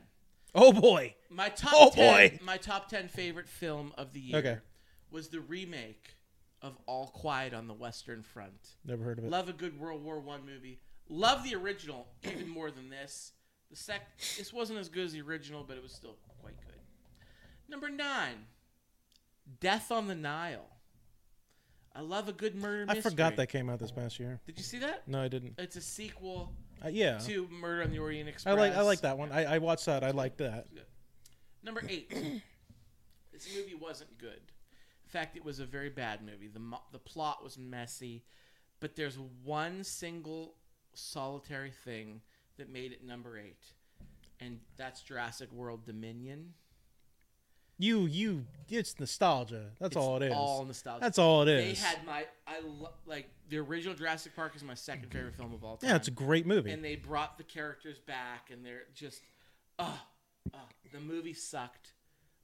Oh boy.
My top
Oh,
10
boy.
my top ten favorite film of the year
Okay.
was the remake of All Quiet on the Western Front.
Never heard of it.
Love a good World War One movie. Love the original even more than this. The sec this wasn't as good as the original, but it was still quite good. Number nine, Death on the Nile. I love a good murder.
I
mystery.
forgot that came out this past year.
Did you see that?
No, I didn't.
It's a sequel
Uh, yeah.
to Murder on the Orient Express.
I like I like that one. I, I watched that. I liked that.
Number eight. this movie wasn't good. In fact, it was a very bad movie. The, mo- the plot was messy, but there's one single solitary thing that made it number eight, and that's Jurassic World Dominion.
You you it's nostalgia. That's all it is.
All nostalgia.
That's all it
They
is.
had my I lo- like the original Jurassic Park is my second favorite film of all time.
yeah, it's a great movie.
and they brought the characters back and they're just uh, uh the movie sucked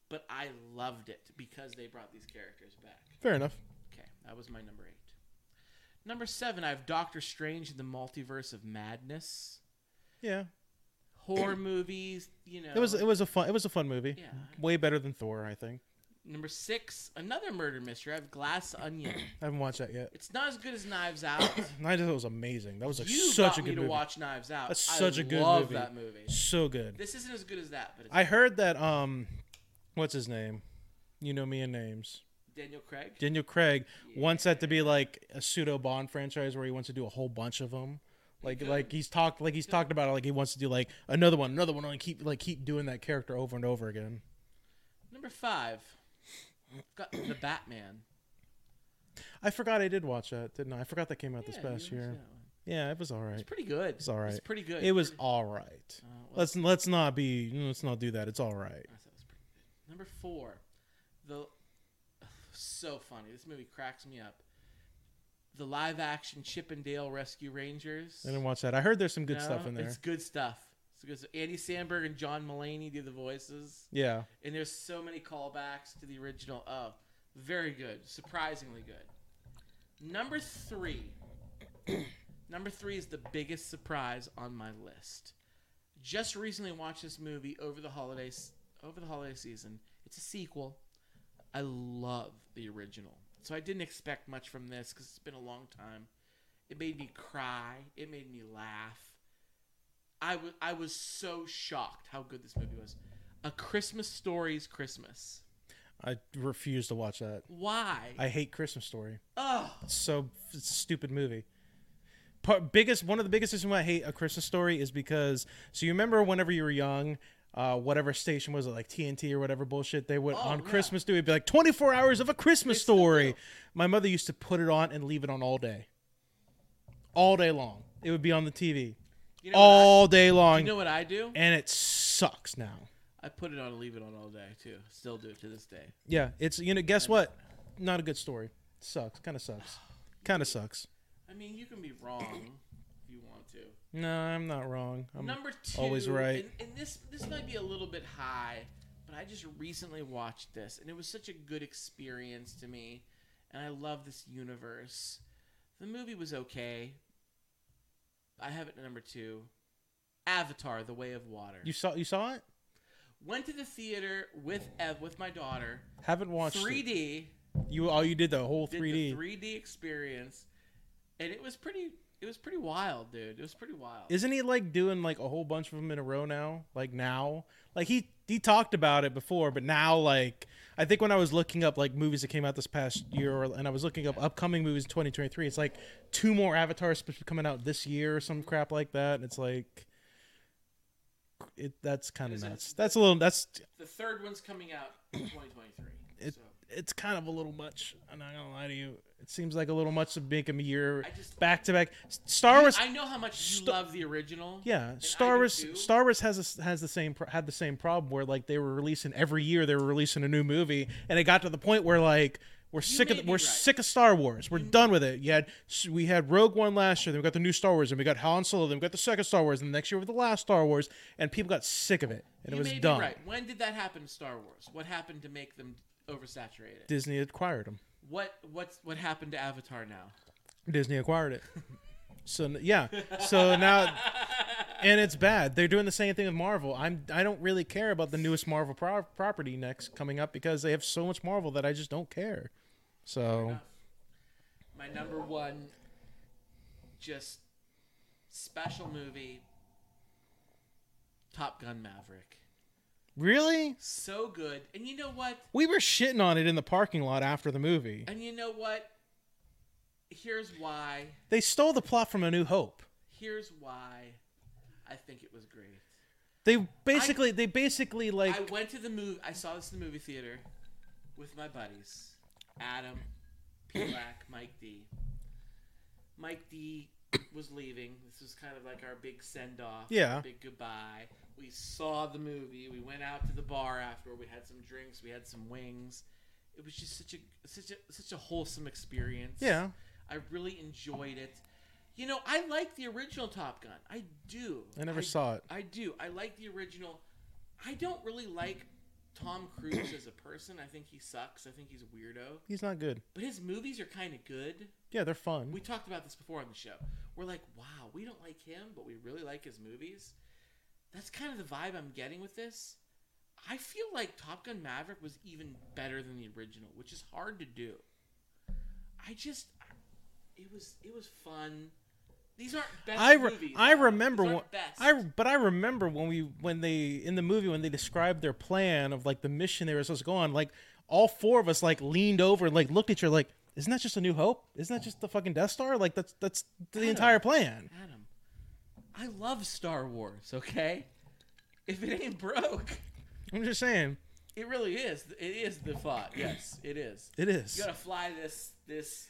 but i loved it because they brought these characters back
Fair enough.
okay that was my number eight number seven i have doctor strange in the multiverse of madness
Yeah.
horror movies you know
It was it was a fun it was a fun movie.
Yeah.
Way better than Thor, I think.
number six another murder mystery i have glass onion
I haven't watched that yet.
it's not as good as knives out
And I just thought it was amazing. That was like
you
such
got
a good
me to
movie.
watch knives out
That's
I
such a good
love
movie.
that movie
So good.
this isn't as good as that but it's
I heard that um what's his name? You know me and names.
daniel craig
Daniel Craig wants that to be like a pseudo Bond franchise where he wants to do a whole bunch of them. Like like he's talked like he's talked about it like he wants to do like another one, another one, and keep like keep doing that character over and over again.
Number five, got the Batman.
I forgot I did watch that, didn't I? I forgot that came out this
Yeah,
past
you watched
year.
that one.
Yeah, it was all right.
It's pretty good.
It's all
It's
right.
pretty good.
It was
Pretty-
all right.
Uh, well,
Let's let's not be let's not do that. It's all right.
I thought it was pretty good. Number four, the so funny. This movie cracks me up. The live-action Chippendale Rescue Rangers.
I didn't watch that. I heard there's some good stuff
No,
in there.
It's good stuff. It's good stuff. Andy Sandberg and John Mulaney do the voices,
Yeah.
and there's so many callbacks to the original. Oh, very good. Surprisingly good. Number three. Number three is the biggest surprise on my list. Just recently watched this movie over the holidays. Over the holiday season, it's a sequel. I love the original, so I didn't expect much from this because it's been a long time. It made me cry. It made me laugh. I was I was so shocked how good this movie was. A Christmas Story's Christmas.
I refuse to watch that.
Why?
I hate Christmas Story.
oh,
It's so it's a stupid movie. Part, biggest one of the biggest reasons why I hate a Christmas story is because so you remember whenever you were young, uh, whatever station was it like TNT or whatever bullshit they would on
Oh, yeah.
Christmas do it'd be like twenty four hours of a Christmas story. My mother used to put it on and leave it on all day, all day long. It would be on the TV
you know, what
all day
I,
long,
you know what I do?
and it sucks now.
I put it on and leave it on all day too. Still do it to this day.
Yeah, it's you know guess what? Not a good story. Sucks. Kind of sucks. Kind of sucks.
I mean, you can be wrong if you want to.
No, I'm not wrong. I'm
Number two,
always right.
And, and this this might be a little bit high, but I just recently watched this, and it was such a good experience to me, and I love this universe. The movie was okay. I have it at number two. Avatar: The Way of Water.
You saw you saw it?
Went to the theater with Ev with my daughter.
Haven't watched 3D.
3D.
You all you did the whole
Did
3D.
the 3D experience, and it was pretty it was pretty wild, dude. It was pretty wild.
Isn't he like doing like a whole bunch of them in a row now? Like now, like he he talked about it before, but now like I think when I was looking up like movies that came out this past year, or, and I was looking up upcoming movies in 2023, it's like two more Avatars supposed to be coming out this year or some crap like that, and it's like. It, that's kind of
Is it-
nuts. That's a little. That's
the third one's coming out in 2023.
It-
so
it's kind of a little much. I'm not gonna lie to you. It seems like a little much to make him a year
I just-
back to back. Star Wars.
I know how much you
Sta-
love the original.
Yeah,
and I
Star
do
Wars.
too.
Star Wars has a, has the same pro- had the same problem where like they were releasing every year they were releasing a new movie, and it got to the point where like we're sick
may
of
be
we're
right.
sick of Star Wars. We're done with it. You had s- we had Rogue One last year, then we got the new Star Wars, and we got Han Solo, then we got the second Star Wars, and the next year with the last Star Wars, and people got sick of it, and it
You
was
may be
done.
Right. When did that happen to Star Wars? What happened to make them oversaturated?
Disney acquired them.
what what's what happened to Avatar now?
Disney acquired it. So n- yeah, so now, and it's bad. They're doing the same thing with Marvel. I'm I don't really care about the newest Marvel pro- property next coming up because they have so much Marvel that I just don't care. So
enough. My number one, just special movie. Top Gun Maverick.
really,
So good. And you know what?
we were shitting on it in the parking lot after the movie.
And you know what? Here's why.
They stole the plot from A New Hope.
Here's why. I think it was great.
They basically they basically like
I went to the movie. I saw this in the movie theater with my buddies, Adam, P. Black, Mike D. Mike D. was leaving. This was kind of like our big send off.
Yeah.
Big goodbye. We saw the movie. We went out to the bar after. We had some drinks. We had some wings. It was just such a such a such a wholesome experience.
Yeah.
I really enjoyed it. You know, I like the original Top Gun. I do.
I never saw it.
I do. I like the original. I don't really like Tom Cruise as a person. I think he sucks. I think he's a weirdo.
he's not good.
But his movies are kind of good.
Yeah, they're fun.
We talked about this before on the show. We're like, wow, we don't like him, but we really like his movies. That's kind of the vibe I'm getting with this. I feel like Top Gun Maverick was even better than the original, which is hard to do. I just, it was it was fun. These aren't best
I re-
movies.
I
Adam.
remember
These
when
aren't best.
I but I remember when we when they in the movie when they described their plan of like the mission they were supposed to go on like all four of us like leaned over and like looked at you like isn't that just a new hope isn't that just the fucking Death Star like that's that's the entire plan
Adam, I love Star Wars, okay? If it ain't broke,
I'm just saying
it really is. It is the thought. Yes, it is.
it is
You gotta fly this this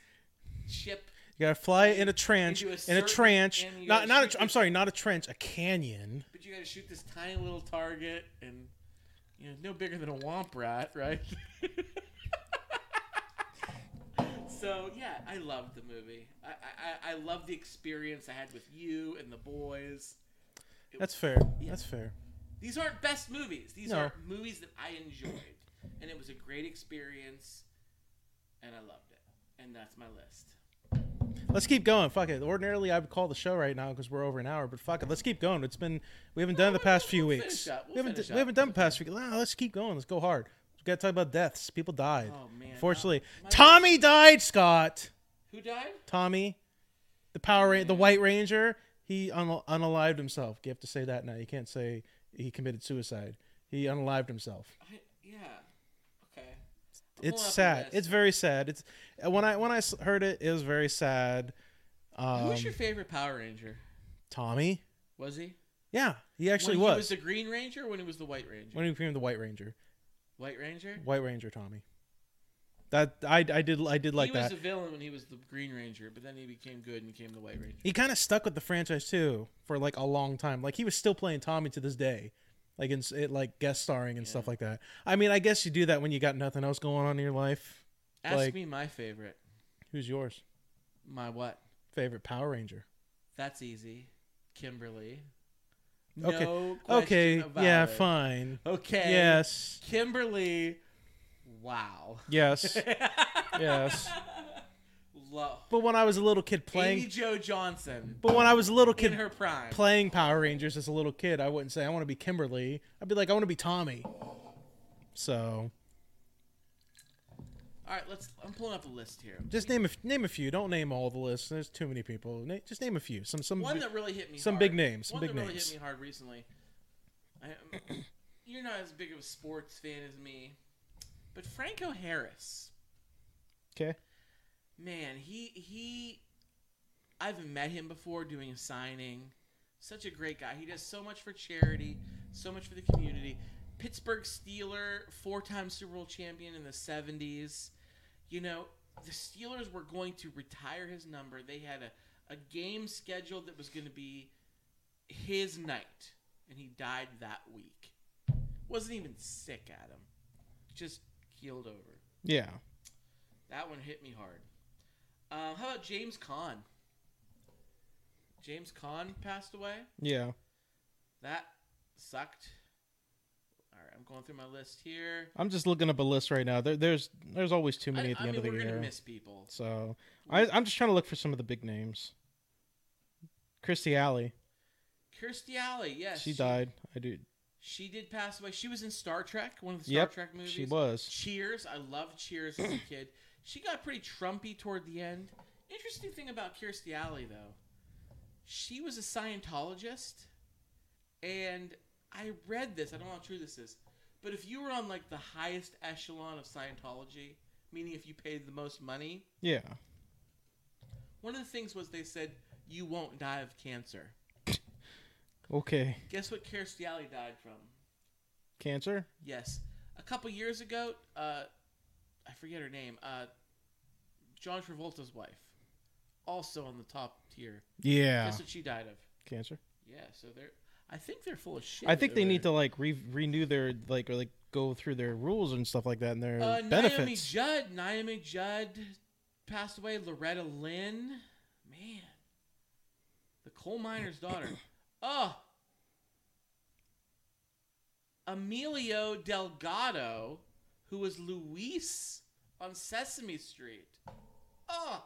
ship.
you gotta fly it in a trench
Into a
in a
certain-
trench
and you
not
gotta
not a,
shoot
tr-
it.
I'm sorry not a trench a canyon
But you gotta shoot this tiny little target and you know, no bigger than a womp rat, right? so yeah, I loved the movie. I, I- I, I loved the experience I had with you and the boys. It
that's
was-
fair
Yeah.
that's fair
These aren't best movies. These
No.
are movies that I enjoyed. And it was a great experience and I loved it. And that's my list.
Let's keep going. Fuck it. Ordinarily, I would call the show right now because we're over an hour, but fuck it. Let's keep going. It's been we haven't done it the past few
we'll
weeks.
finish up. We'll
we haven't
finish
we haven't
up.
done the past few. Nah, let's keep going. Let's go hard. We got to talk about deaths. People died.
Oh, man.
Unfortunately,
Uh, my-
Tommy died. Scott.
Who died?
Tommy, the Power Ra- the White Ranger. He un- unalived himself. You have to say that now. You can't say he committed suicide. He unalived himself.
I, yeah. Okay. I'm pulling
It's
up the
sad.
list.
It's very sad. It's when I when I s- heard it, it was very sad. Um,
Who's your favorite Power Ranger?
Tommy.
Was he?
Yeah, he actually was.
when He was the Green Ranger or when he was the White Ranger?
when he became the White Ranger,
White Ranger?
White Ranger Tommy. That I I did I did like
he
that.
was a villain when he was the Green Ranger, but then he became good and became the White Ranger.
he kind of stuck with the franchise too for like a long time. Like he was still playing Tommy to this day, like in it like guest starring and stuff like that. I mean, I guess you do that when you got nothing else going on in your life.
Ask
Like-
me my favorite.
Who's yours?
My what?
Favorite Power Ranger?
That's easy. Kimberly.
Okay.
No question
Okay,
about
yeah,
it.
fine.
Okay.
Yes,
Kimberly. Wow.
yes, yes.
Love.
But when I was a little kid
Amy
playing,
Joe Johnson
but when I was a little
in
kid
her prime.
playing Power Rangers as a little kid, I wouldn't say I want to be Kimberly. I'd be like, I want to be Tommy. So
All right, let's. I'm pulling up a list here.
Just name a f- name a few. Don't name all the list. There's too many people. Na- just name a few. Some some.
One
bi-
that really hit me.
some
hard.
big names, some
One
big
that really
names.
hit me hard recently. I, um, you're not as big of a sports fan as me, but Franco Harris,
okay.
man, he he. I've met him before doing a signing. Such a great guy. He does so much for charity, so much for the community. Pittsburgh Steeler, four-time Super Bowl champion in the '70s. You know, the Steelers were going to retire his number. They had a, a game scheduled that was going to be his night, and he died that week. Wasn't even sick, Adam. Just keeled over.
Yeah.
That one hit me hard. Um, how about James Caan? James Caan passed away.
Yeah.
That sucked. All right, I'm going through my list here.
I'm just looking up a list right now. There, there's there's always too many
I,
at the
I
end of
mean,
the
we're
year.
gonna miss people.
So I, I'm just trying to look for some of the big names. Christy Alley,
Kirstie Alley, yes,
she died. I do.
She did pass away. She was in Star Trek, one of the Star
Yep,
Trek movies.
she was.
Cheers. I loved Cheers as a kid. She got pretty trumpy toward the end. Interesting thing about Kirstie Alley, though, she was a Scientologist, and I read this. I don't know how true this is, but if you were on like the highest echelon of Scientology, meaning if you paid the most money,
Yeah.
one of the things was they said you won't die of cancer.
Okay.
Guess what Kirstie Alley died from?
Cancer.
Yes. A couple years ago, uh, I forget her name, uh, John Travolta's wife, also on the top tier.
Yeah.
Guess what she died of?
Cancer.
Yeah, so they're. I think they're full of shit.
I think they
over
need to
there.
like re- renew their like or like go through their rules and stuff like that and their
Uh, Naomi
benefits.
Judd. Naomi Judd passed away. Loretta Lynn. Man. The coal miner's daughter. Oh. Emilio Delgado, who was Luis on Sesame Street. Oh.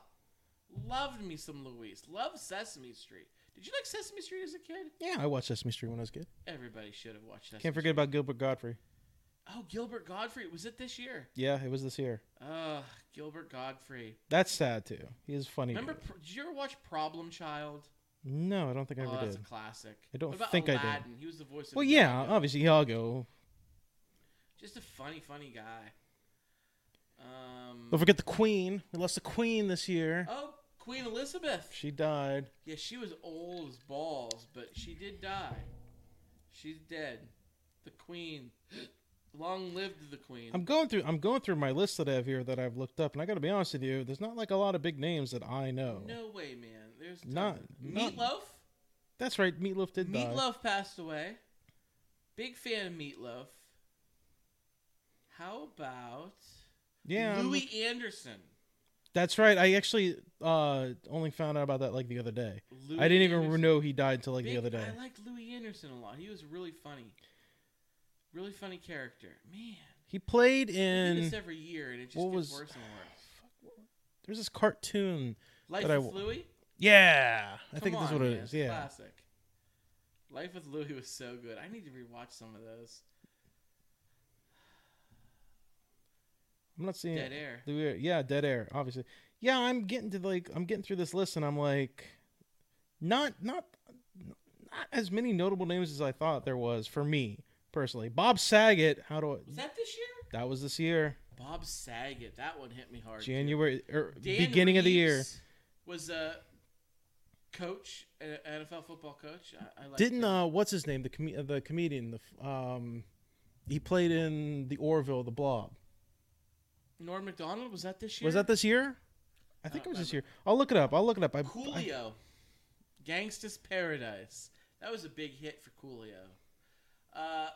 Loved me some Luis. Loved Sesame Street. Did you like Sesame Street as a kid?
yeah, I watched Sesame Street when I was a kid.
Everybody should have watched Sesame
Can't forget about Gilbert Godfrey.
Street. Oh, Gilbert Godfrey. Was it this year?
Yeah, it was this year.
Ugh, Gilbert Godfrey.
That's sad too. He is a funny.
Remember,
dude.
Pro- did you ever watch Problem Child?
No, I don't think I
oh,
ever
that's
did.
a classic.
I don't
What about
think I did.
Aladdin? He was the voice of.
Well, yeah,
Iago.
obviously Iago.
Just a funny, funny guy. Um.
Don't forget the Queen. We lost the Queen this year.
Oh, Queen Elizabeth.
She died.
Yeah, she was old as balls, but she did die. She's dead. The Queen. Long lived the Queen.
I'm going through. I'm going through my list that I have here that I've looked up, and I got to be honest with you. There's not like a lot of big names that I know.
No way, man. There's tons
Not-
of-
not-
meatloaf.
That's right. Meatloaf did die.
Meatloaf passed away. Big fan of Meatloaf. How about
Yeah, I'm-
Louis Anderson?
that's right. I actually uh only found out about that like the other day.
Louis
I didn't even
Anderson.
know he died until like
Big-
the other day.
I liked Louis Anderson a lot. He was really funny. Really funny character. Man.
He played
I do
in
this every year and it just
what
gets
was-
worse and worse.
there's this cartoon.
Life
But I
with
w-
Louis?
Yeah, I
Come
think that's
on,
what it
man.
is. Yeah,
Classic. Life with Louis was so good. I need to rewatch some of those.
I'm not seeing
Dead Air.
The weird- yeah, dead air. Obviously, yeah. I'm getting to like I'm getting through this list, and I'm like, not not not as many notable names as I thought there was for me personally. Bob Saget. How do I?
Was that this year?
That was this year,
Bob Saget. That one hit me hard. too.
January or
Dan
beginning of the year.
Reeves was a coach, an NFL football coach. I, I liked
Didn't
him.
uh, what's his name? The com- the comedian. The f- um, he played in the Orville, the Blob.
Norm Macdonald was that this year?
Was that this year? I think
don't
it was this year. I'll look it up. I'll look it up. I, I-
Coolio, Gangsta's Paradise? That was a big hit for Coolio. Uh,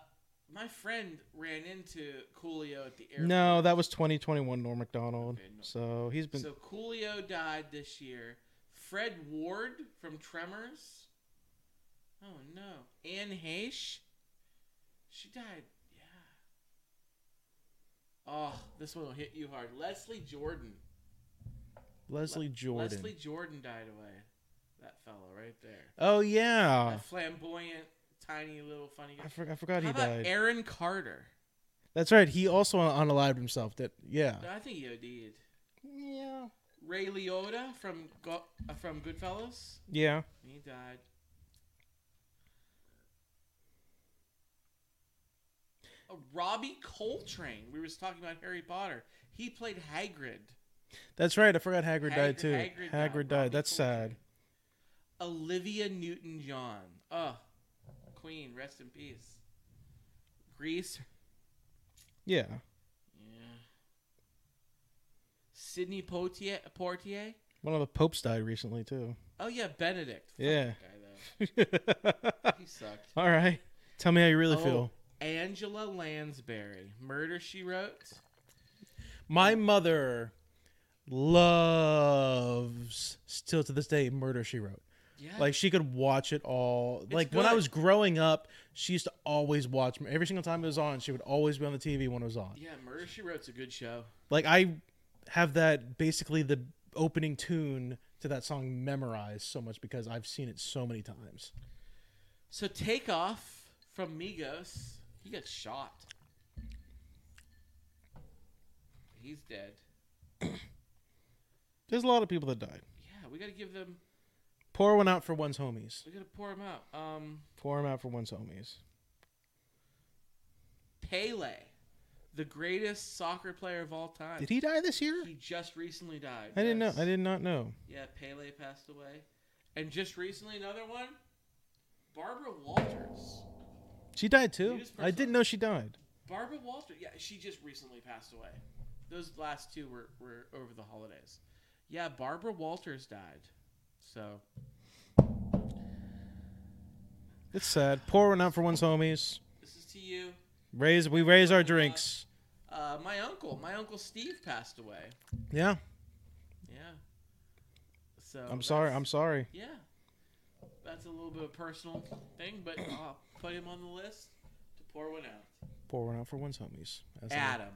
my friend ran into Coolio at the airport.
no, that was 2021 Norm Macdonald.
Okay, no.
So he's been
so Coolio died this year. Fred Ward from Tremors. Oh no, Anne Heche. She died. Yeah. Oh, this one will hit you hard. Leslie Jordan.
Leslie
Le-
Jordan.
Leslie Jordan died away. That fellow right there.
Oh yeah,
That flamboyant, tiny little funny.
I,
Guy.
for- I forgot
How
he
about
died.
Aaron Carter?
That's right. He also un- unalived himself. That yeah.
I think he OD'd.
Yeah.
Ray Liotta from Go- uh, from Goodfellas.
Yeah.
He died. Oh, Robbie Coltrane. We was talking about Harry Potter. He played Hagrid.
That's right. I forgot Hagrid, died
Hagrid-
too.
Hagrid
Hagrid,
died. Robbie
died. That's
Coltrane.
sad.
Olivia Newton-John. Oh, Queen, rest in peace. Grease.
Yeah.
Yeah. Sidney Poitier. Portier.
One of the popes died recently too.
Oh yeah, Benedict. Fuck
Yeah.
that guy, though. he sucked.
All right. Tell me how you really
Oh,
feel.
Angela Lansbury, Murder She Wrote.
My mother loves still to this day murder she wrote.
Yeah.
Like she could watch it all. like when I
good.
was growing up, she used to always watch every single time it was on. She would always be on the TV when it was on.
yeah, Murder She Wrote's a good show.
Like I have that basically the opening tune to that song memorized so much because I've seen it so many times.
So Takeoff from Migos, he got shot. He's dead.
There's a lot of people that died.
Yeah, we gotta give them.
Pour one out for one's homies.
We gotta pour him out. Um,
Pour them out for one's homies.
Pele, the greatest soccer player of all time.
Did he die this year?
He just recently died.
I didn't know.
yes.
I did not know.
Yeah, Pele passed away, and just recently another one. Barbara Walters.
She died too.
News
I didn't know she died.
Barbara Walters. Yeah, she just recently passed away. Those last two were, were over the holidays. Yeah, Barbara Walters died. So
It's sad. Pour one out for one's homies.
this is to you.
Raise we raise our drinks.
Uh, my uncle, my uncle Steve passed away.
Yeah.
Yeah. So
I'm sorry. I'm
Oh, that's-
sorry.
Yeah. That's a little bit of a personal thing, but I'll put him on the list to pour one out.
Pour one out for one's homies. That's it.
Adam,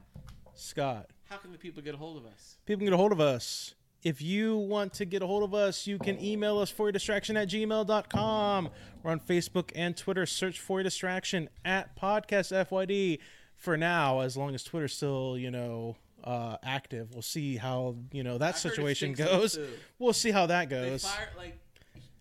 Scott.
how can the people get a hold of us?
people can get a hold of us. If you want to get a hold of us, you can email us for your distraction at gmail.com. We're on Facebook and Twitter. Search for your distraction at podcast FYD. For now, as long as Twitter's still, you know, uh, active, we'll see how, you know, that
heard it
situation
stinks up
goes.
too.
We'll see how that
They
goes.
fired like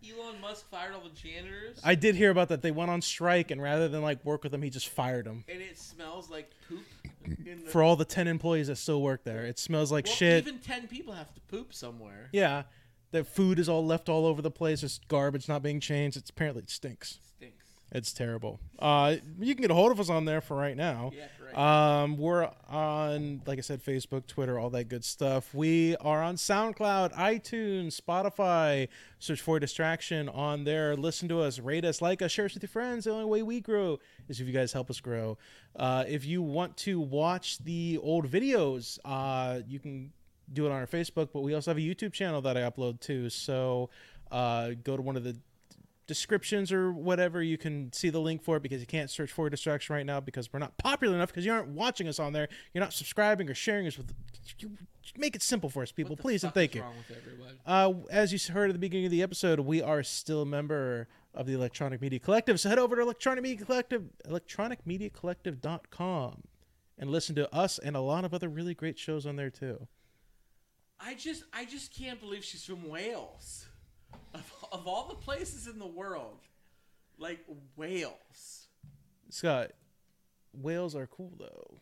Elon Musk fired all the janitors,
I did hear about that. They went on strike, and rather than like work with them, he just fired them.
and it smells like poop. In the,
For all the 10 employees that still work there, it smells like
Well,
shit.
Even ten people have to poop somewhere.
Yeah, the food is all left all over the place. It's garbage not being changed. It's apparently it stinks.
Stinks.
It's terrible. Uh, you can get a hold of us on there for right now.
Yeah, for right
Um, we're on, like I said, Facebook, Twitter, all that good stuff. We are on SoundCloud, iTunes, Spotify. Search for Distraction on there. Listen to us, rate us, like us, share us with your friends. The only way we grow is if you guys help us grow. Uh, if you want to watch the old videos, uh, you can do it on our Facebook, but we also have a YouTube channel that I upload to. So uh, go to one of the descriptions or whatever, you can see the link for it because you can't search for distraction right now because we're not popular enough because you aren't watching us on there. You're not subscribing or sharing us with. You, make it simple for us, people,
What the
please and
fuck
thank
is
you.
Wrong with everyone?
Uh, as you heard at the beginning of the episode, we are still a member of the Electronic Media Collective. So head over to Electronic Media Collective, electronicmediacollective.com, and listen to us and a lot of other really great shows on there too.
I just, I just can't believe she's from Wales. Of, of all the places in the world, like Wales.
Scott, whales are cool though.